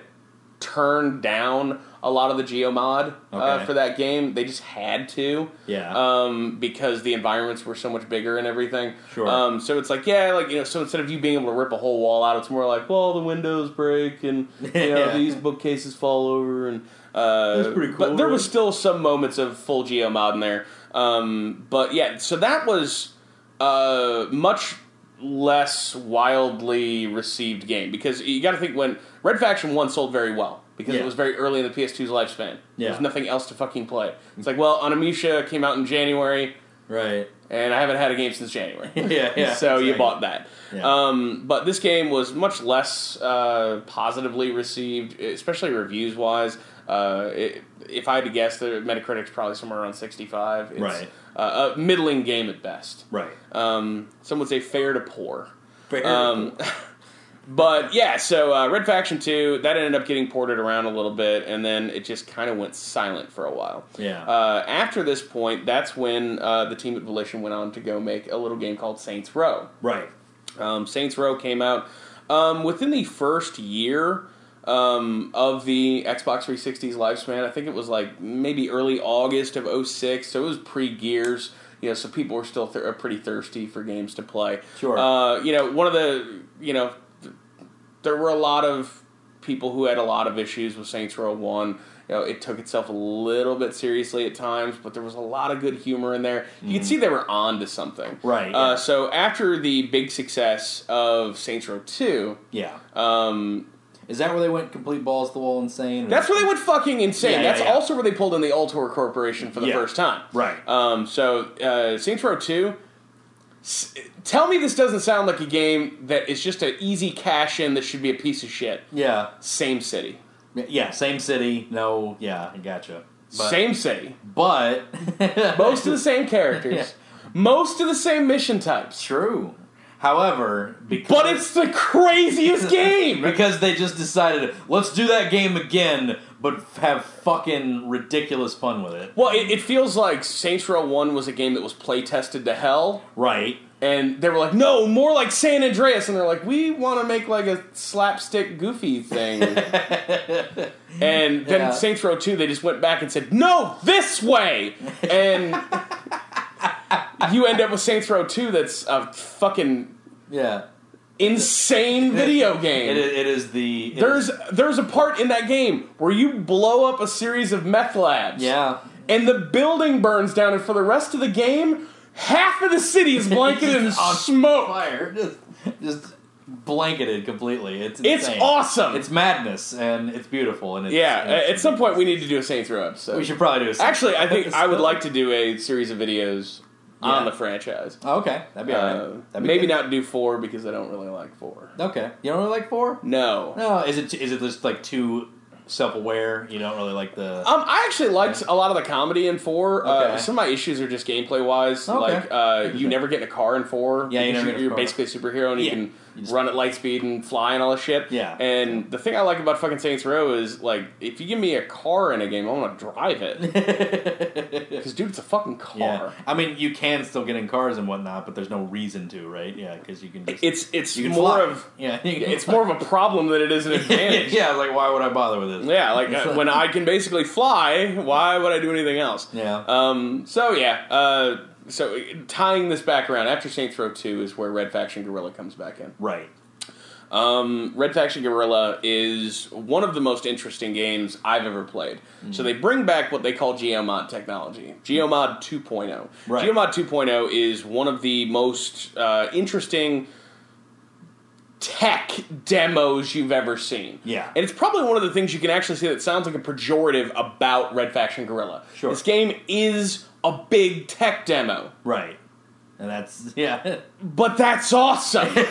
turned down a lot of the geomod uh, Okay. for that game. They just had to Yeah. um, because the environments were so much bigger and everything. Sure. Um, so it's like, yeah, like you know, so instead of you being able to rip a whole wall out, it's more like, well, the windows break and you know Yeah. these bookcases fall over and. Uh, That's pretty cool, But there was right? still some moments of full geo mod in there. Um, but yeah, so that was uh, much less wildly received game because you got to think when Red Faction One sold very well because Yeah. it was very early in the PS2's lifespan. Yeah. There was nothing else to fucking play. It's like, well, Onimusha came out in January, right. and I haven't had a game since January. Yeah, yeah. so you exactly. bought that. Yeah. Um, but this game was much less uh, positively received, especially reviews wise. Uh, it, if I had to guess, the Metacritic's probably somewhere around 65. It's Right. uh, a middling game at best. Right. Um, some would say fair to poor. Fair. Um, but yeah, so uh, Red Faction 2, that ended up getting ported around a little bit, and then it just kind of went silent for a while. Yeah. Uh, after this point, that's when uh, the team at Volition went on to go make a little game called Saints Row. right. Um, Saints Row came out um, within the first year um, of the Xbox 360's lifespan. I think it was like maybe early August of 06, so it was pre Gears. You know, so people were still th- pretty thirsty for games to play. Sure. Uh, you know, one of the you know th- there were a lot of people who had a lot of issues with Saints Row One. You know, it took itself a little bit seriously at times, but there was a lot of good humor in there. You could see they were on to something. Mm-hmm. Right, yeah. Uh, so after the big success of Saints Row Two, Yeah. um, Is that where they went complete balls to the wall insane? or- that's where they went fucking insane. Yeah, yeah, that's yeah. also where they pulled in the Altor Corporation for the Yeah. first time. Right. Um, so uh, Saints Row Two. S- tell me this doesn't sound like a game that is just an easy cash in that should be a piece of shit. Yeah. Same city. Yeah. Same city. No. Yeah. I gotcha. But, same city. But Most of the same characters. Most of the same mission types. True. However, because But it's the craziest game. because they just decided let's do that game again, but f- have fucking ridiculous fun with it. Well, it, it feels like Saints Row 1 was a game that was play tested to hell. Right. And they were like, no, more like San Andreas. And they're like, we want to make like a slapstick goofy thing. and then Yeah. Saints Row 2, they just went back and said, no, this way. And you end up with Saints Row 2 that's a fucking Yeah. insane video It, game. i- it is the it There's is- there's a part in that game where you blow up a series of meth labs. yeah. And the building burns down, and for the rest of the game, half of the city is blanketed in It's on smoke. fire just just blanketed completely. It's It's insane. awesome. It's madness and it's beautiful and it's, yeah. it's- At some point, we need to do a Saints Row episode. we should probably do a Actually, I think I would like to do a series of videos on Yeah. the franchise. Oh, okay, that'd be alright. Uh, That'd be maybe good. not do four because I don't really like four. Okay, you don't really like four? No. No, is it is it just like too self aware? You don't really like the Um, I actually liked a lot of the comedy in four. Okay. Uh, some of my issues are just gameplay wise. Okay. Like uh, you never get in a car in four. Yeah, you because never you're, get in a you're car. basically a superhero and Yeah. you can just- run at light speed and fly and all this shit. Yeah. And the thing I like about fucking Saints Row is like, if you give me a car in a game, I want to drive it because dude, it's a fucking Um, car. yeah. I mean, you can still get in cars and whatnot, but there's no reason to, right? Yeah, because you can just. It's it's you can more fly. of Yeah, you can it's fly. more of a problem than it is an advantage. yeah, like, why would I bother with this? Yeah, like uh, when I can basically fly, why would I do anything else? Yeah. Um. So yeah. Uh. So tying this back around after Saints Row Two is where Red Faction Gorilla comes back in. Right. Um, Red Faction Guerrilla is one of the most interesting games I've ever played. Mm. So they bring back what they call Geomod technology, Geomod 2.0. Right. Geomod 2.0 is one of the most uh, interesting tech demos you've ever seen. Yeah. And it's probably one of the things you can actually say that sounds like a pejorative about Red Faction Guerrilla. Sure. This game is a big tech demo, Right. And that's yeah. but that's awesome. you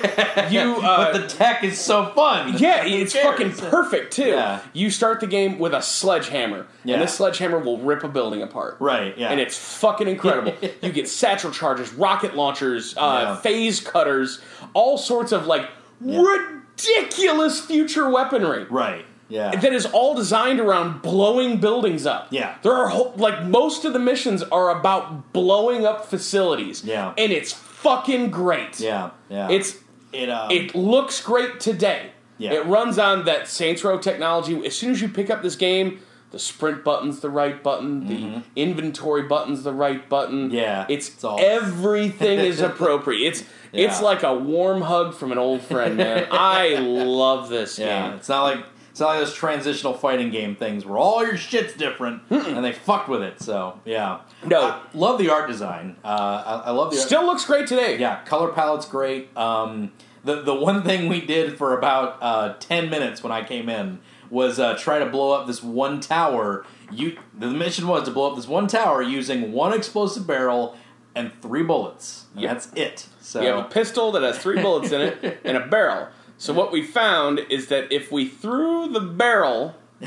uh, but the tech is so fun. Yeah, Who it's cares? fucking perfect too. Yeah. You start the game with a sledgehammer, Yeah. and this sledgehammer will rip a building apart. Right, yeah. and it's fucking incredible. you get satchel chargers, rocket launchers, uh, Yeah. phase cutters, all sorts of like ridiculous future weaponry. Right. Yeah. That is all designed around blowing buildings up. Yeah. there are whole, like most of the missions are about blowing up facilities. Yeah. and it's fucking great. yeah. Yeah. it's it. Um, it looks great today. Yeah. It runs on that Saints Row technology. As soon as you pick up this game, the sprint button's the right button, the inventory button's the right button. Mm-hmm. Yeah, It's, it's all- everything is appropriate. It's it's Yeah. like a warm hug from an old friend, man. I love this yeah. game. It's not like it's not like those transitional fighting game things where all your shit's different and they fucked with it. So yeah. No. I love the art design. Uh, I, I love the art- Still looks great today. Yeah, color palette's great. Um, the the one thing we did for about uh, ten minutes when I came in was uh, try to blow up this one tower. You the mission was to blow up this one tower using one explosive barrel and three bullets. And Yep. That's it. So You have a pistol that has three bullets in it and a barrel. So what we found is that if we threw the barrel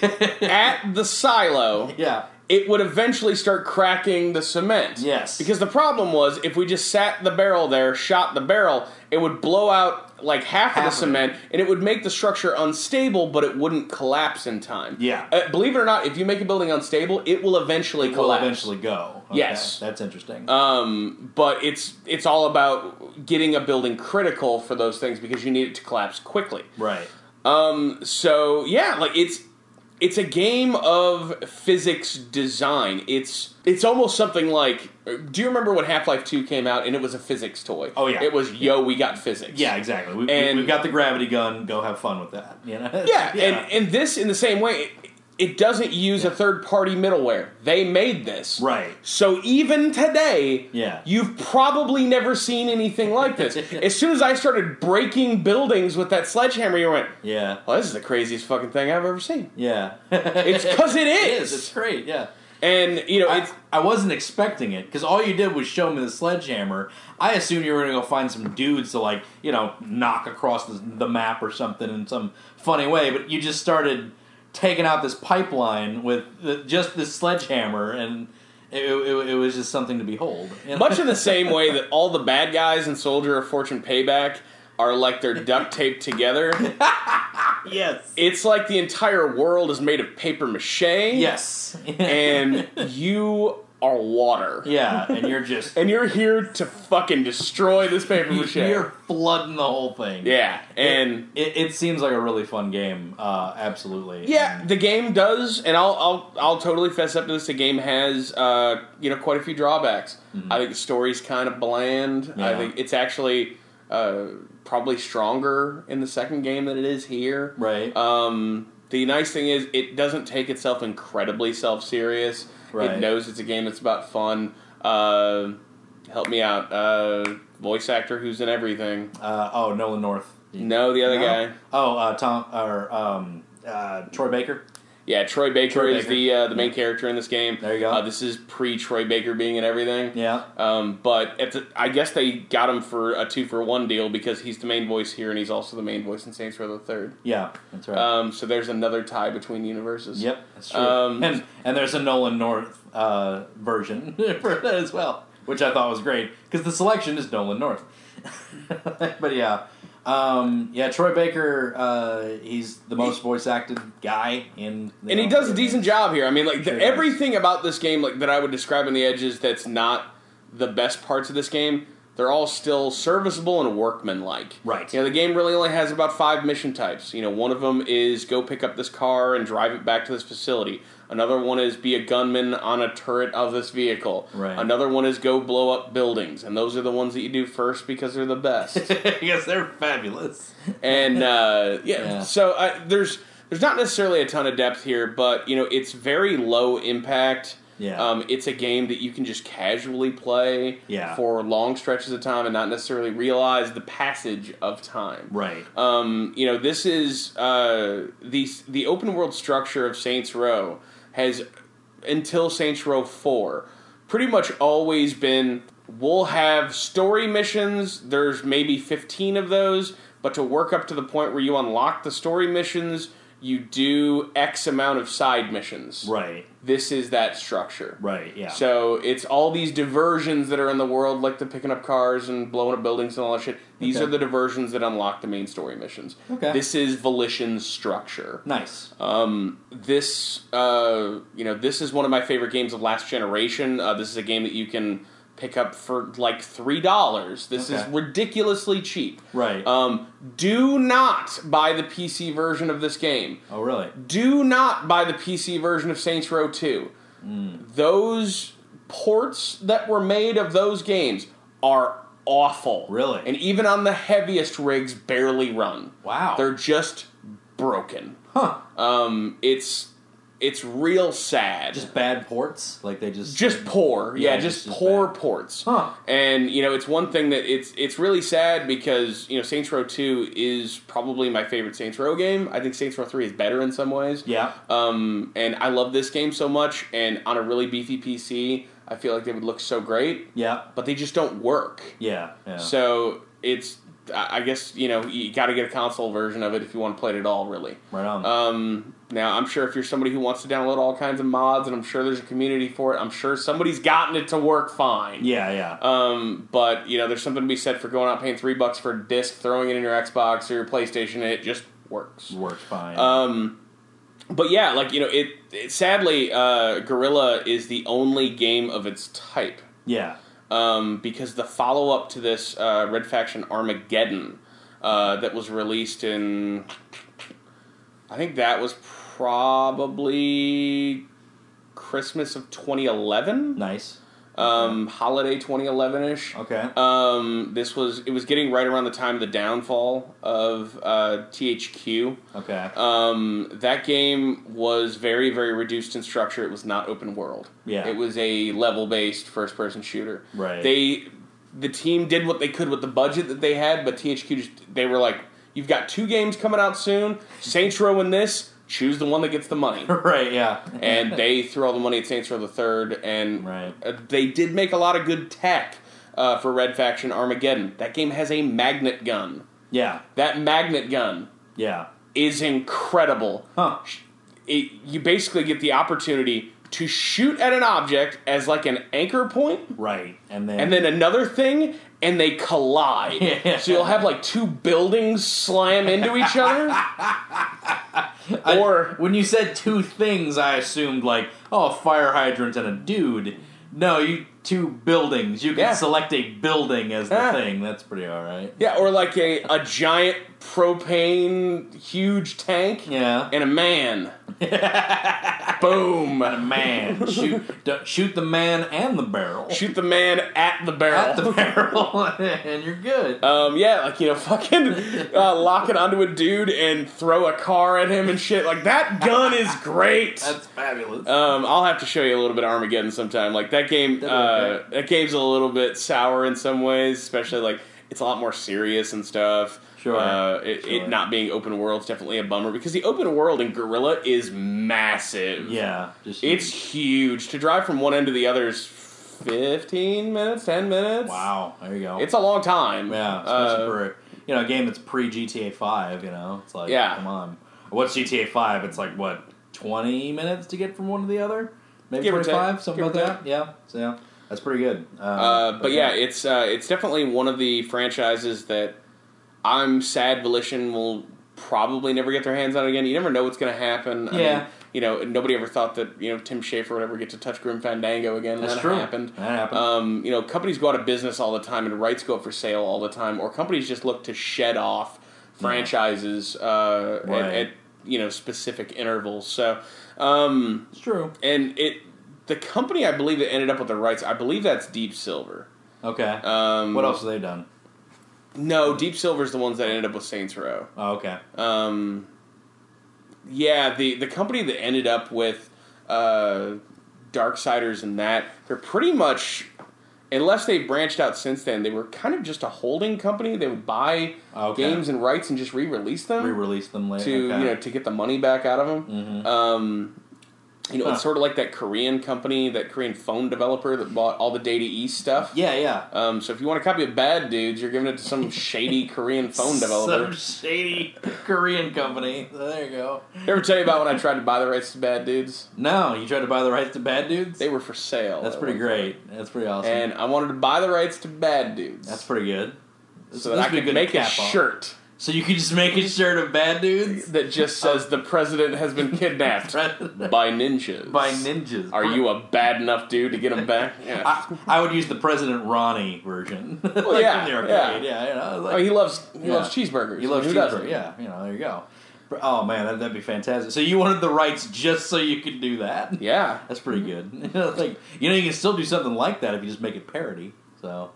at the silo, yeah, it would eventually start cracking the cement. Yes. Because the problem was if we just sat the barrel there, shot the barrel, it would blow out like half, of Half the of it. cement and it would make the structure unstable, but it wouldn't collapse in time. Yeah. Uh, believe it or not, if you make a building unstable, it will eventually will collapse. eventually go. Okay, Yes. that's interesting. Um, but it's it's all about getting a building critical for those things because you need it to collapse quickly. right. Um, so yeah, like it's it's a game of physics design. It's it's almost something like do you remember when Half-Life 2 came out and it was a physics toy? Oh, yeah. It was yo, we got physics. Yeah, exactly. We, And- we, have got the gravity gun. Go have fun with that. You know. Yeah, and and this in the same way it, it doesn't use a third-party middleware. They made this. right. So even today, Yeah. you've probably never seen anything like this. as soon as I started breaking buildings with that sledgehammer, you went, Yeah. "Well, this is the craziest fucking thing I've ever seen." Yeah. It's because it It is. is. It's great. Yeah. And you know, I, it's I wasn't expecting it because all you did was show me the sledgehammer. I assumed you were going to go find some dudes to like you know knock across the, the map or something in some funny way, but you just started taking out this pipeline with the, just this sledgehammer, and it, it, it was just something to behold. You know? much in the same way that all the bad guys in Soldier of Fortune Payback are like they're duct taped together. yes, It's like the entire world is made of paper mache. yes, And you are water. yeah, and you're just And you're here to fucking destroy this paper mache. you're flooding the whole thing. Yeah. And it, it seems like a really fun game. Uh, absolutely. Yeah, And- the game does, and I'll I'll I'll totally fess up to this. The game has uh, you know quite a few drawbacks. I think the story's kind of bland. I Mm-hmm. Yeah. think it's actually uh, probably stronger in the second game than it is here. right. Um, the nice thing is it doesn't take itself incredibly self serious. It Right. knows it's a game that's about fun. Uh, help me out, uh, voice actor who's in everything. Uh, oh, Nolan North. No, the other No? guy. Oh, uh, Tom or um, uh, Troy Baker. Yeah, Troy Baker Troy is Baker. the uh, the main character in this game. There you go. Uh, this is pre Troy Baker being in everything. Yeah. Um, but at the, I guess they got him for a two for one deal because he's the main voice here and he's also the main voice in Saints Row the Third. Yeah, that's right. Um, so there's another tie between universes. yep, that's true. um, and and there's a Nolan North uh, version for that as well, which I thought was great because the selection is Nolan North. but yeah, Um, yeah, Troy Baker, uh, he's the most voice acted guy in. and he does a decent job here. I mean, like Sure the, does. everything about this game, like that I would describe on the edges, that's not the best parts of this game. They're all still serviceable and workmanlike. Right. You know, the game really only has about five mission types. You know, one of them is go pick up this car and drive it back to this facility. Another one is be a gunman on a turret of this vehicle. Right. Another one is go blow up buildings, and those are the ones that you do first because they're the best yes, they're fabulous. and uh, yeah, Yeah. so I, there's there's not necessarily a ton of depth here, but you know it's very low impact. Yeah. Um, it's a game that you can just casually play Yeah. for long stretches of time and not necessarily realize the passage of time. Right. Um, you know, this is uh, the the open world structure of Saints Row has until Saints Row Four pretty much always been we'll have story missions. There's maybe fifteen of those, but to work up to the point where you unlock the story missions, you do X amount of side missions. Right. This is that structure. Right. Yeah. So it's all these diversions that are in the world, like the picking up cars and blowing up buildings and all that shit. These Okay. are the diversions that unlock the main story missions. Okay. This is Volition's structure. nice. uh, This, uh, you know, this is one of my favorite games of last generation. Uh, this is a game that you can pick up for like three dollars. This is Okay. ridiculously cheap. Right. Um, do not buy the PC version of this game oh, really? do not buy the PC version of Saints Row 2. Hmm. Those ports that were made of those games are awful. Really? And even on the heaviest rigs, barely run. Wow. They're just broken. huh? Um, it's it's real sad. Just bad ports. Like they just Just poor, yeah, Yeah, just, just- just poor bad. ports. Huh. And you know, it's one thing that it's it's really sad because you know Saints Row Two is probably my favorite Saints Row game. I think Saints Row Three is better in some ways. Yeah. Um, and I love this game so much, and on a really beefy PC, I feel like they would look so great, yeah. but they just don't work. Yeah. Yeah. So it's, I I guess, you know, you got to get a console version of it if you want to play it at all, really. right on. Um, now, I'm sure if you're somebody who wants to download all kinds of mods, and I'm sure there's a community for it, I'm sure somebody's gotten it to work fine. yeah. Yeah. Um, but, you know, there's something to be said for going out paying three bucks for a disc, throwing it in your Xbox or your PlayStation, and it just works. Worked fine. Um, but yeah, like you know, it, it sadly, uh, Gorilla is the only game of its type yeah. um, because the follow up to this uh, Red Faction Armageddon uh, that was released in, I think that was probably Christmas of 2011, Nice. um, holiday 2011 ish. Okay. Um, this was it was getting right around the time of the downfall of uh, THQ. okay. Um, that game was very, very reduced in structure. It was not open world. Yeah. It was a level based first person shooter. Right. They the team did what they could with the budget that they had, but THQ just they were like, You've got two games coming out soon, Saints Row and this, choose the one that gets the money. right. Yeah. and they threw all the money at Saints Row the Third and Right. uh, they did make a lot of good tech uh, for Red Faction Armageddon. That game has a magnet gun. yeah. That magnet gun Yeah. is incredible. Huh. Sh- It, you basically get the opportunity to shoot at an object as like an anchor point, Right. And then. and then another thing, and they collide. Yeah. So you'll have like two buildings slam into each other. or When you said two things, I assumed like, oh, a fire hydrant and a dude. No, you two buildings. You can Yeah. select a building as the Yeah. thing. That's pretty all right. yeah, or like a, a giant propane huge tank Yeah. and a man. Boom. man, shoot, d- shoot the man and the barrel. Shoot the man at the barrel. at the barrel, and you're good. Um, yeah, like you know, fucking uh, lock it onto a dude and throw a car at him and shit. Like that gun is great. That's fabulous. Um, I'll have to show you a little bit of Armageddon sometime. Like that game, That'd be uh, that game's a little bit sour in some ways, especially like it's a lot more serious and stuff. Sure. Uh, it, Sure. it not being open world's definitely a bummer because the open world in Gorilla is massive. yeah, just It's huge. To drive from one end to the other is fifteen minutes, ten minutes. wow. There you go. It's a long time. yeah, especially Uh, for you know a game that's pre GTA Five. You know, it's like Yeah. come on. What's GTA Five? It's like what twenty minutes to get from one to the other, maybe Give or twenty take. five, something Give like or that. Yeah, so yeah, that's pretty good. Uh, Uh, but yeah, it's uh, it's definitely one of the franchises that I'm sad Volition will probably never get their hands on it again. You never know what's going to happen. I Yeah. mean, you know, nobody ever thought that, you know, Tim Schafer would ever get to touch Grim Fandango again. That's that true. happened. That happened. Um, you know, companies go out of business all the time and rights go up for sale all the time, or companies just look to shed off franchises uh, at- Mm. Right. at, you know, specific intervals. So, um, It's true. and it, the company I believe that ended up with the rights, I believe that's Deep Silver. Okay. Um, what else have they done? No, Deep Silver's the ones that ended up with Saints Row. Oh, okay. Um, yeah, the the company that ended up with uh, Darksiders and that they're pretty much, unless they branched out since then, they were kind of just a holding company. They would buy Oh, Okay. games and rights and just re-release them Re-release them later. to okay. Mm-hmm. you know to get the money back out of them. Um, you know, Huh. it's sort of like that Korean company, that Korean phone developer that bought all the Data East stuff. yeah, yeah. Um, so if you want a copy of Bad Dudes, you're giving it to some shady Korean phone developer. Some shady Korean company. There you go. Ever tell you about when I tried to buy the rights to Bad Dudes? No, you tried to buy the rights to Bad Dudes? They were for sale. That's at pretty one point. great. That's pretty awesome. And I wanted to buy the rights to Bad Dudes. That's pretty good. This- so that this I would be could good to make a cap off. shirt So you could just make a shirt of Bad Dudes? that just says the president has been kidnapped by ninjas. by ninjas. Are you a bad enough dude to get him back? Yeah. I, I would use the President Ronnie version. Like yeah, from the yeah. arcade, yeah. you know, like- oh, he loves he Yeah. loves cheeseburgers. You love Who cheeseburger, doesn't? yeah. You know, there you go. Oh man, that, that'd be fantastic. So you wanted the rights just so you could do that? Yeah. that's pretty good. Mm-hmm. You know, like you know, you can still do something like that if you just make it parody. So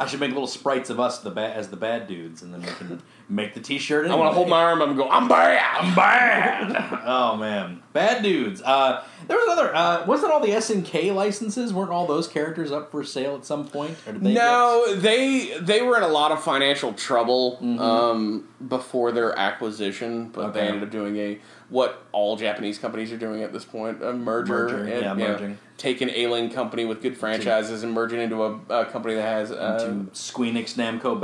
I should make little sprites of us the ba- as the bad dudes, and then we can make the T-shirt. I want to hold my arm up and go. I'm bad. I'm bad. Oh man, bad dudes. Uh, there was another. Uh, wasn't all the S and K licenses? Weren't all those characters up for sale at some point? Or did they No, they they were in a lot of financial trouble um, before their acquisition, but Okay. they ended up doing a what all Japanese companies are doing at this point a merger, Merger, and, yeah, you know, merging. take an ailing company with good franchises and merge it into a, a company that has get uh, to Squeenix, Namco,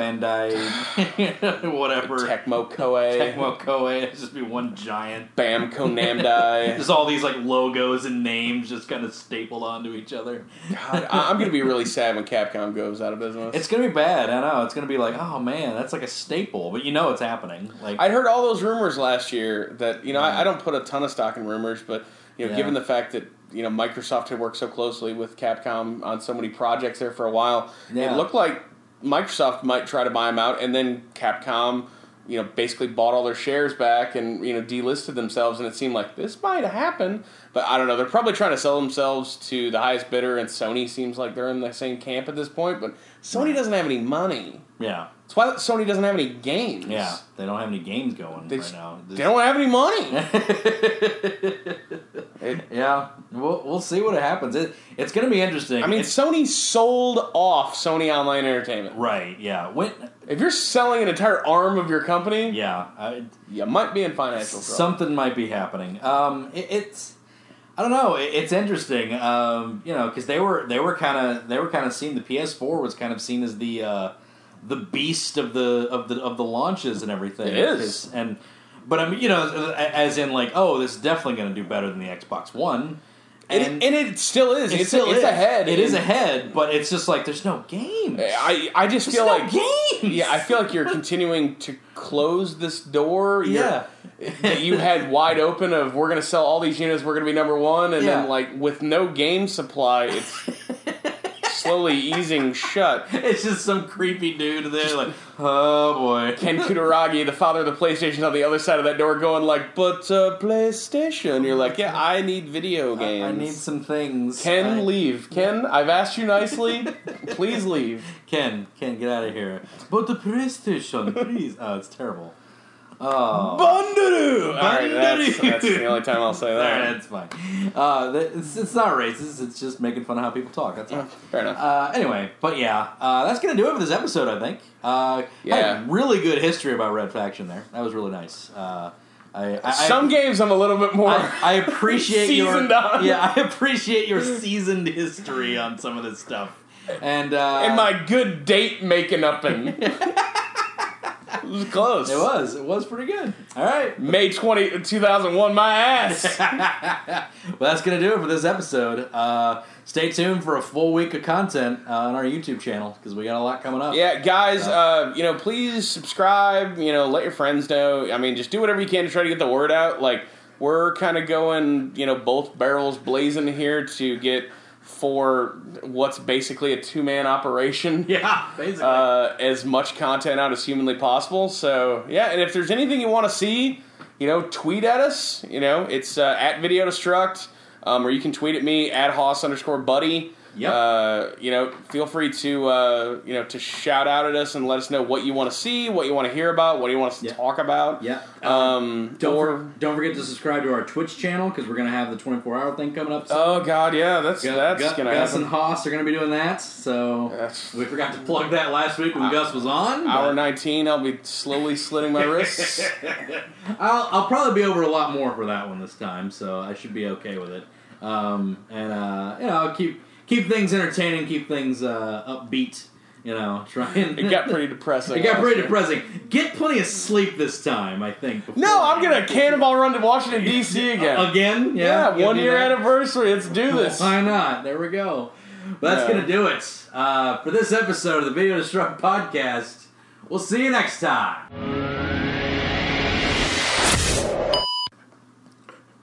Bandai, whatever. Tecmo Koei, Tecmo Koei. It'd just be one giant. Bamco Namdai. There's all these like logos and names just kind of stapled onto each other. God, I, I'm gonna be really sad when Capcom goes out of business. It's gonna be bad. I know. It's gonna be like, oh man, that's like a staple. But you know it's happening. Like, I heard all those rumors last year that you know I, I don't put a ton of stock in rumors, but you know, Yeah. given the fact that you know Microsoft had worked so closely with Capcom on so many projects there for a while, Yeah. it looked like Microsoft might try to buy them out, and then Capcom. You know, basically bought all their shares back and you know delisted themselves, and it seemed like this might happen, but I don't know. They're probably trying to sell themselves to the highest bidder, and Sony seems like they're in the same camp at this point. But Sony doesn't have any money. yeah, That's why Sony doesn't have any games. yeah. They don't have any games going They right s- now. They don't have any money. yeah, we'll we'll see what happens. It, it's gonna be interesting. I mean, It's- Sony sold off Sony Online Entertainment. right? Yeah. When If you're selling an entire arm of your company, Yeah, I, you might be in financial trouble. something might be happening. Um, it, it's I don't know. It, it's interesting. Um, you know, because they were they were kind of they were kind of seen. The PS4 was kind of seen as the uh, the beast of the of the of the launches and everything. It is. 'Cause- and but I mean, you know, as in like, oh, this is definitely going to do better than the Xbox One. It- and, it still is. it it's still it's is. ahead. It is And ahead, but it's just like there's no games. I I just there's feel no like games. yeah, I feel like you're continuing to close this door. You're- yeah. that you had wide open of we're going to sell all these units, we're going to be number one, and Yeah. then like with no game supply, it's slowly easing shut. It's just some creepy dude there, like, oh boy. Ken Kutaragi, the father of the PlayStation, on the other side of that door, going like, "But uh, PlayStation." You're like, "Yeah, I need video I, games." I need some things. Ken, I- leave. Ken, I've asked you nicely. Please leave. Ken, Ken, get out of here. But the PlayStation, please. Oh, it's terrible. Oh, Bundaroo. All right, that's, Bundaroo. that's the only time I'll say Alright, that. that's fine. Uh, th- it's, it's not racist. It's just making fun of how people talk. That's all. Fair enough. Uh, anyway, but yeah, uh, that's gonna do it for this episode. I think. Uh, I Yeah. had really good history about Red Faction there. That was really nice. Uh, I, I, I- Some games I'm a little bit more. I, I appreciate Seasoned your on. yeah. I appreciate your seasoned history on some of this stuff. And uh, and my good date making up and It was close. It was. It was pretty good. All right. May 20, 2001, my ass. Well, that's going to do it for this episode. Uh, stay tuned for a full week of content uh, on our YouTube channel because we got a lot coming up. yeah, guys, uh, you know, please subscribe. You know, let your friends know. I mean, just do whatever you can to try to get the word out. Like, we're kind of going, you know, both barrels blazing here to get for what's basically a two man operation. Yeah, basically. uh, as much content out as humanly possible. So yeah, and if there's anything you want to see, you know, tweet at us. You know, it's uh, at Video Destruct, um, or you can tweet at me at Hoss underscore Buddy. Yep. Uh, you know, feel free to uh, you know to shout out at us and let us know what you want to see, what you want to hear about, what do you want us to Yeah. talk about. yeah. Uh, Um, don't, or for- don't forget to subscribe to our Twitch channel because we're going to have the 24 hour thing coming up. soon. oh god, yeah, that's Gu- that's Gu- gonna Gus happen. and Haas are going to be doing that. So That's- we forgot to plug that last week when Uh, Gus was on. but Hour 19, I'll be slowly slitting my wrists. I'll, I'll probably be over a lot more for that one this time, so I should be okay with it. Um, and uh, you know, I'll keep keep things entertaining, keep things uh, upbeat. You know, try and It got pretty depressing. it got pretty depressing. Get plenty of sleep this time, I think. before- No, I'm gonna cannonball run to Washington D.C. again. again. Yeah, Yeah, you one do year that? anniversary. Let's do this. Why not? There we go. But that's Yeah. gonna do it uh, for this episode of the Video Destruct Podcast. We'll see you next time.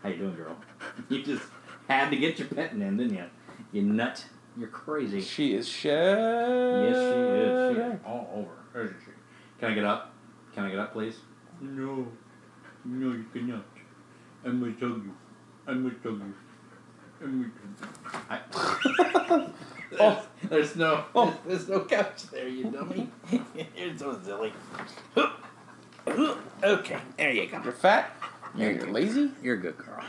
How you doing, girl? You just had to get your petting in, didn't you? You nut. You're crazy. Yes, She is shed. she Yes, Uh, is. She is all over. isn't she? Can I get up? Can I get up, please? No, no, you cannot. I must hug you. I must hug you. I must hug you. I... oh, there's no, there's no couch there, you dummy. You're so silly. Okay, there you go. You're fat. And you're lazy. You're a good girl.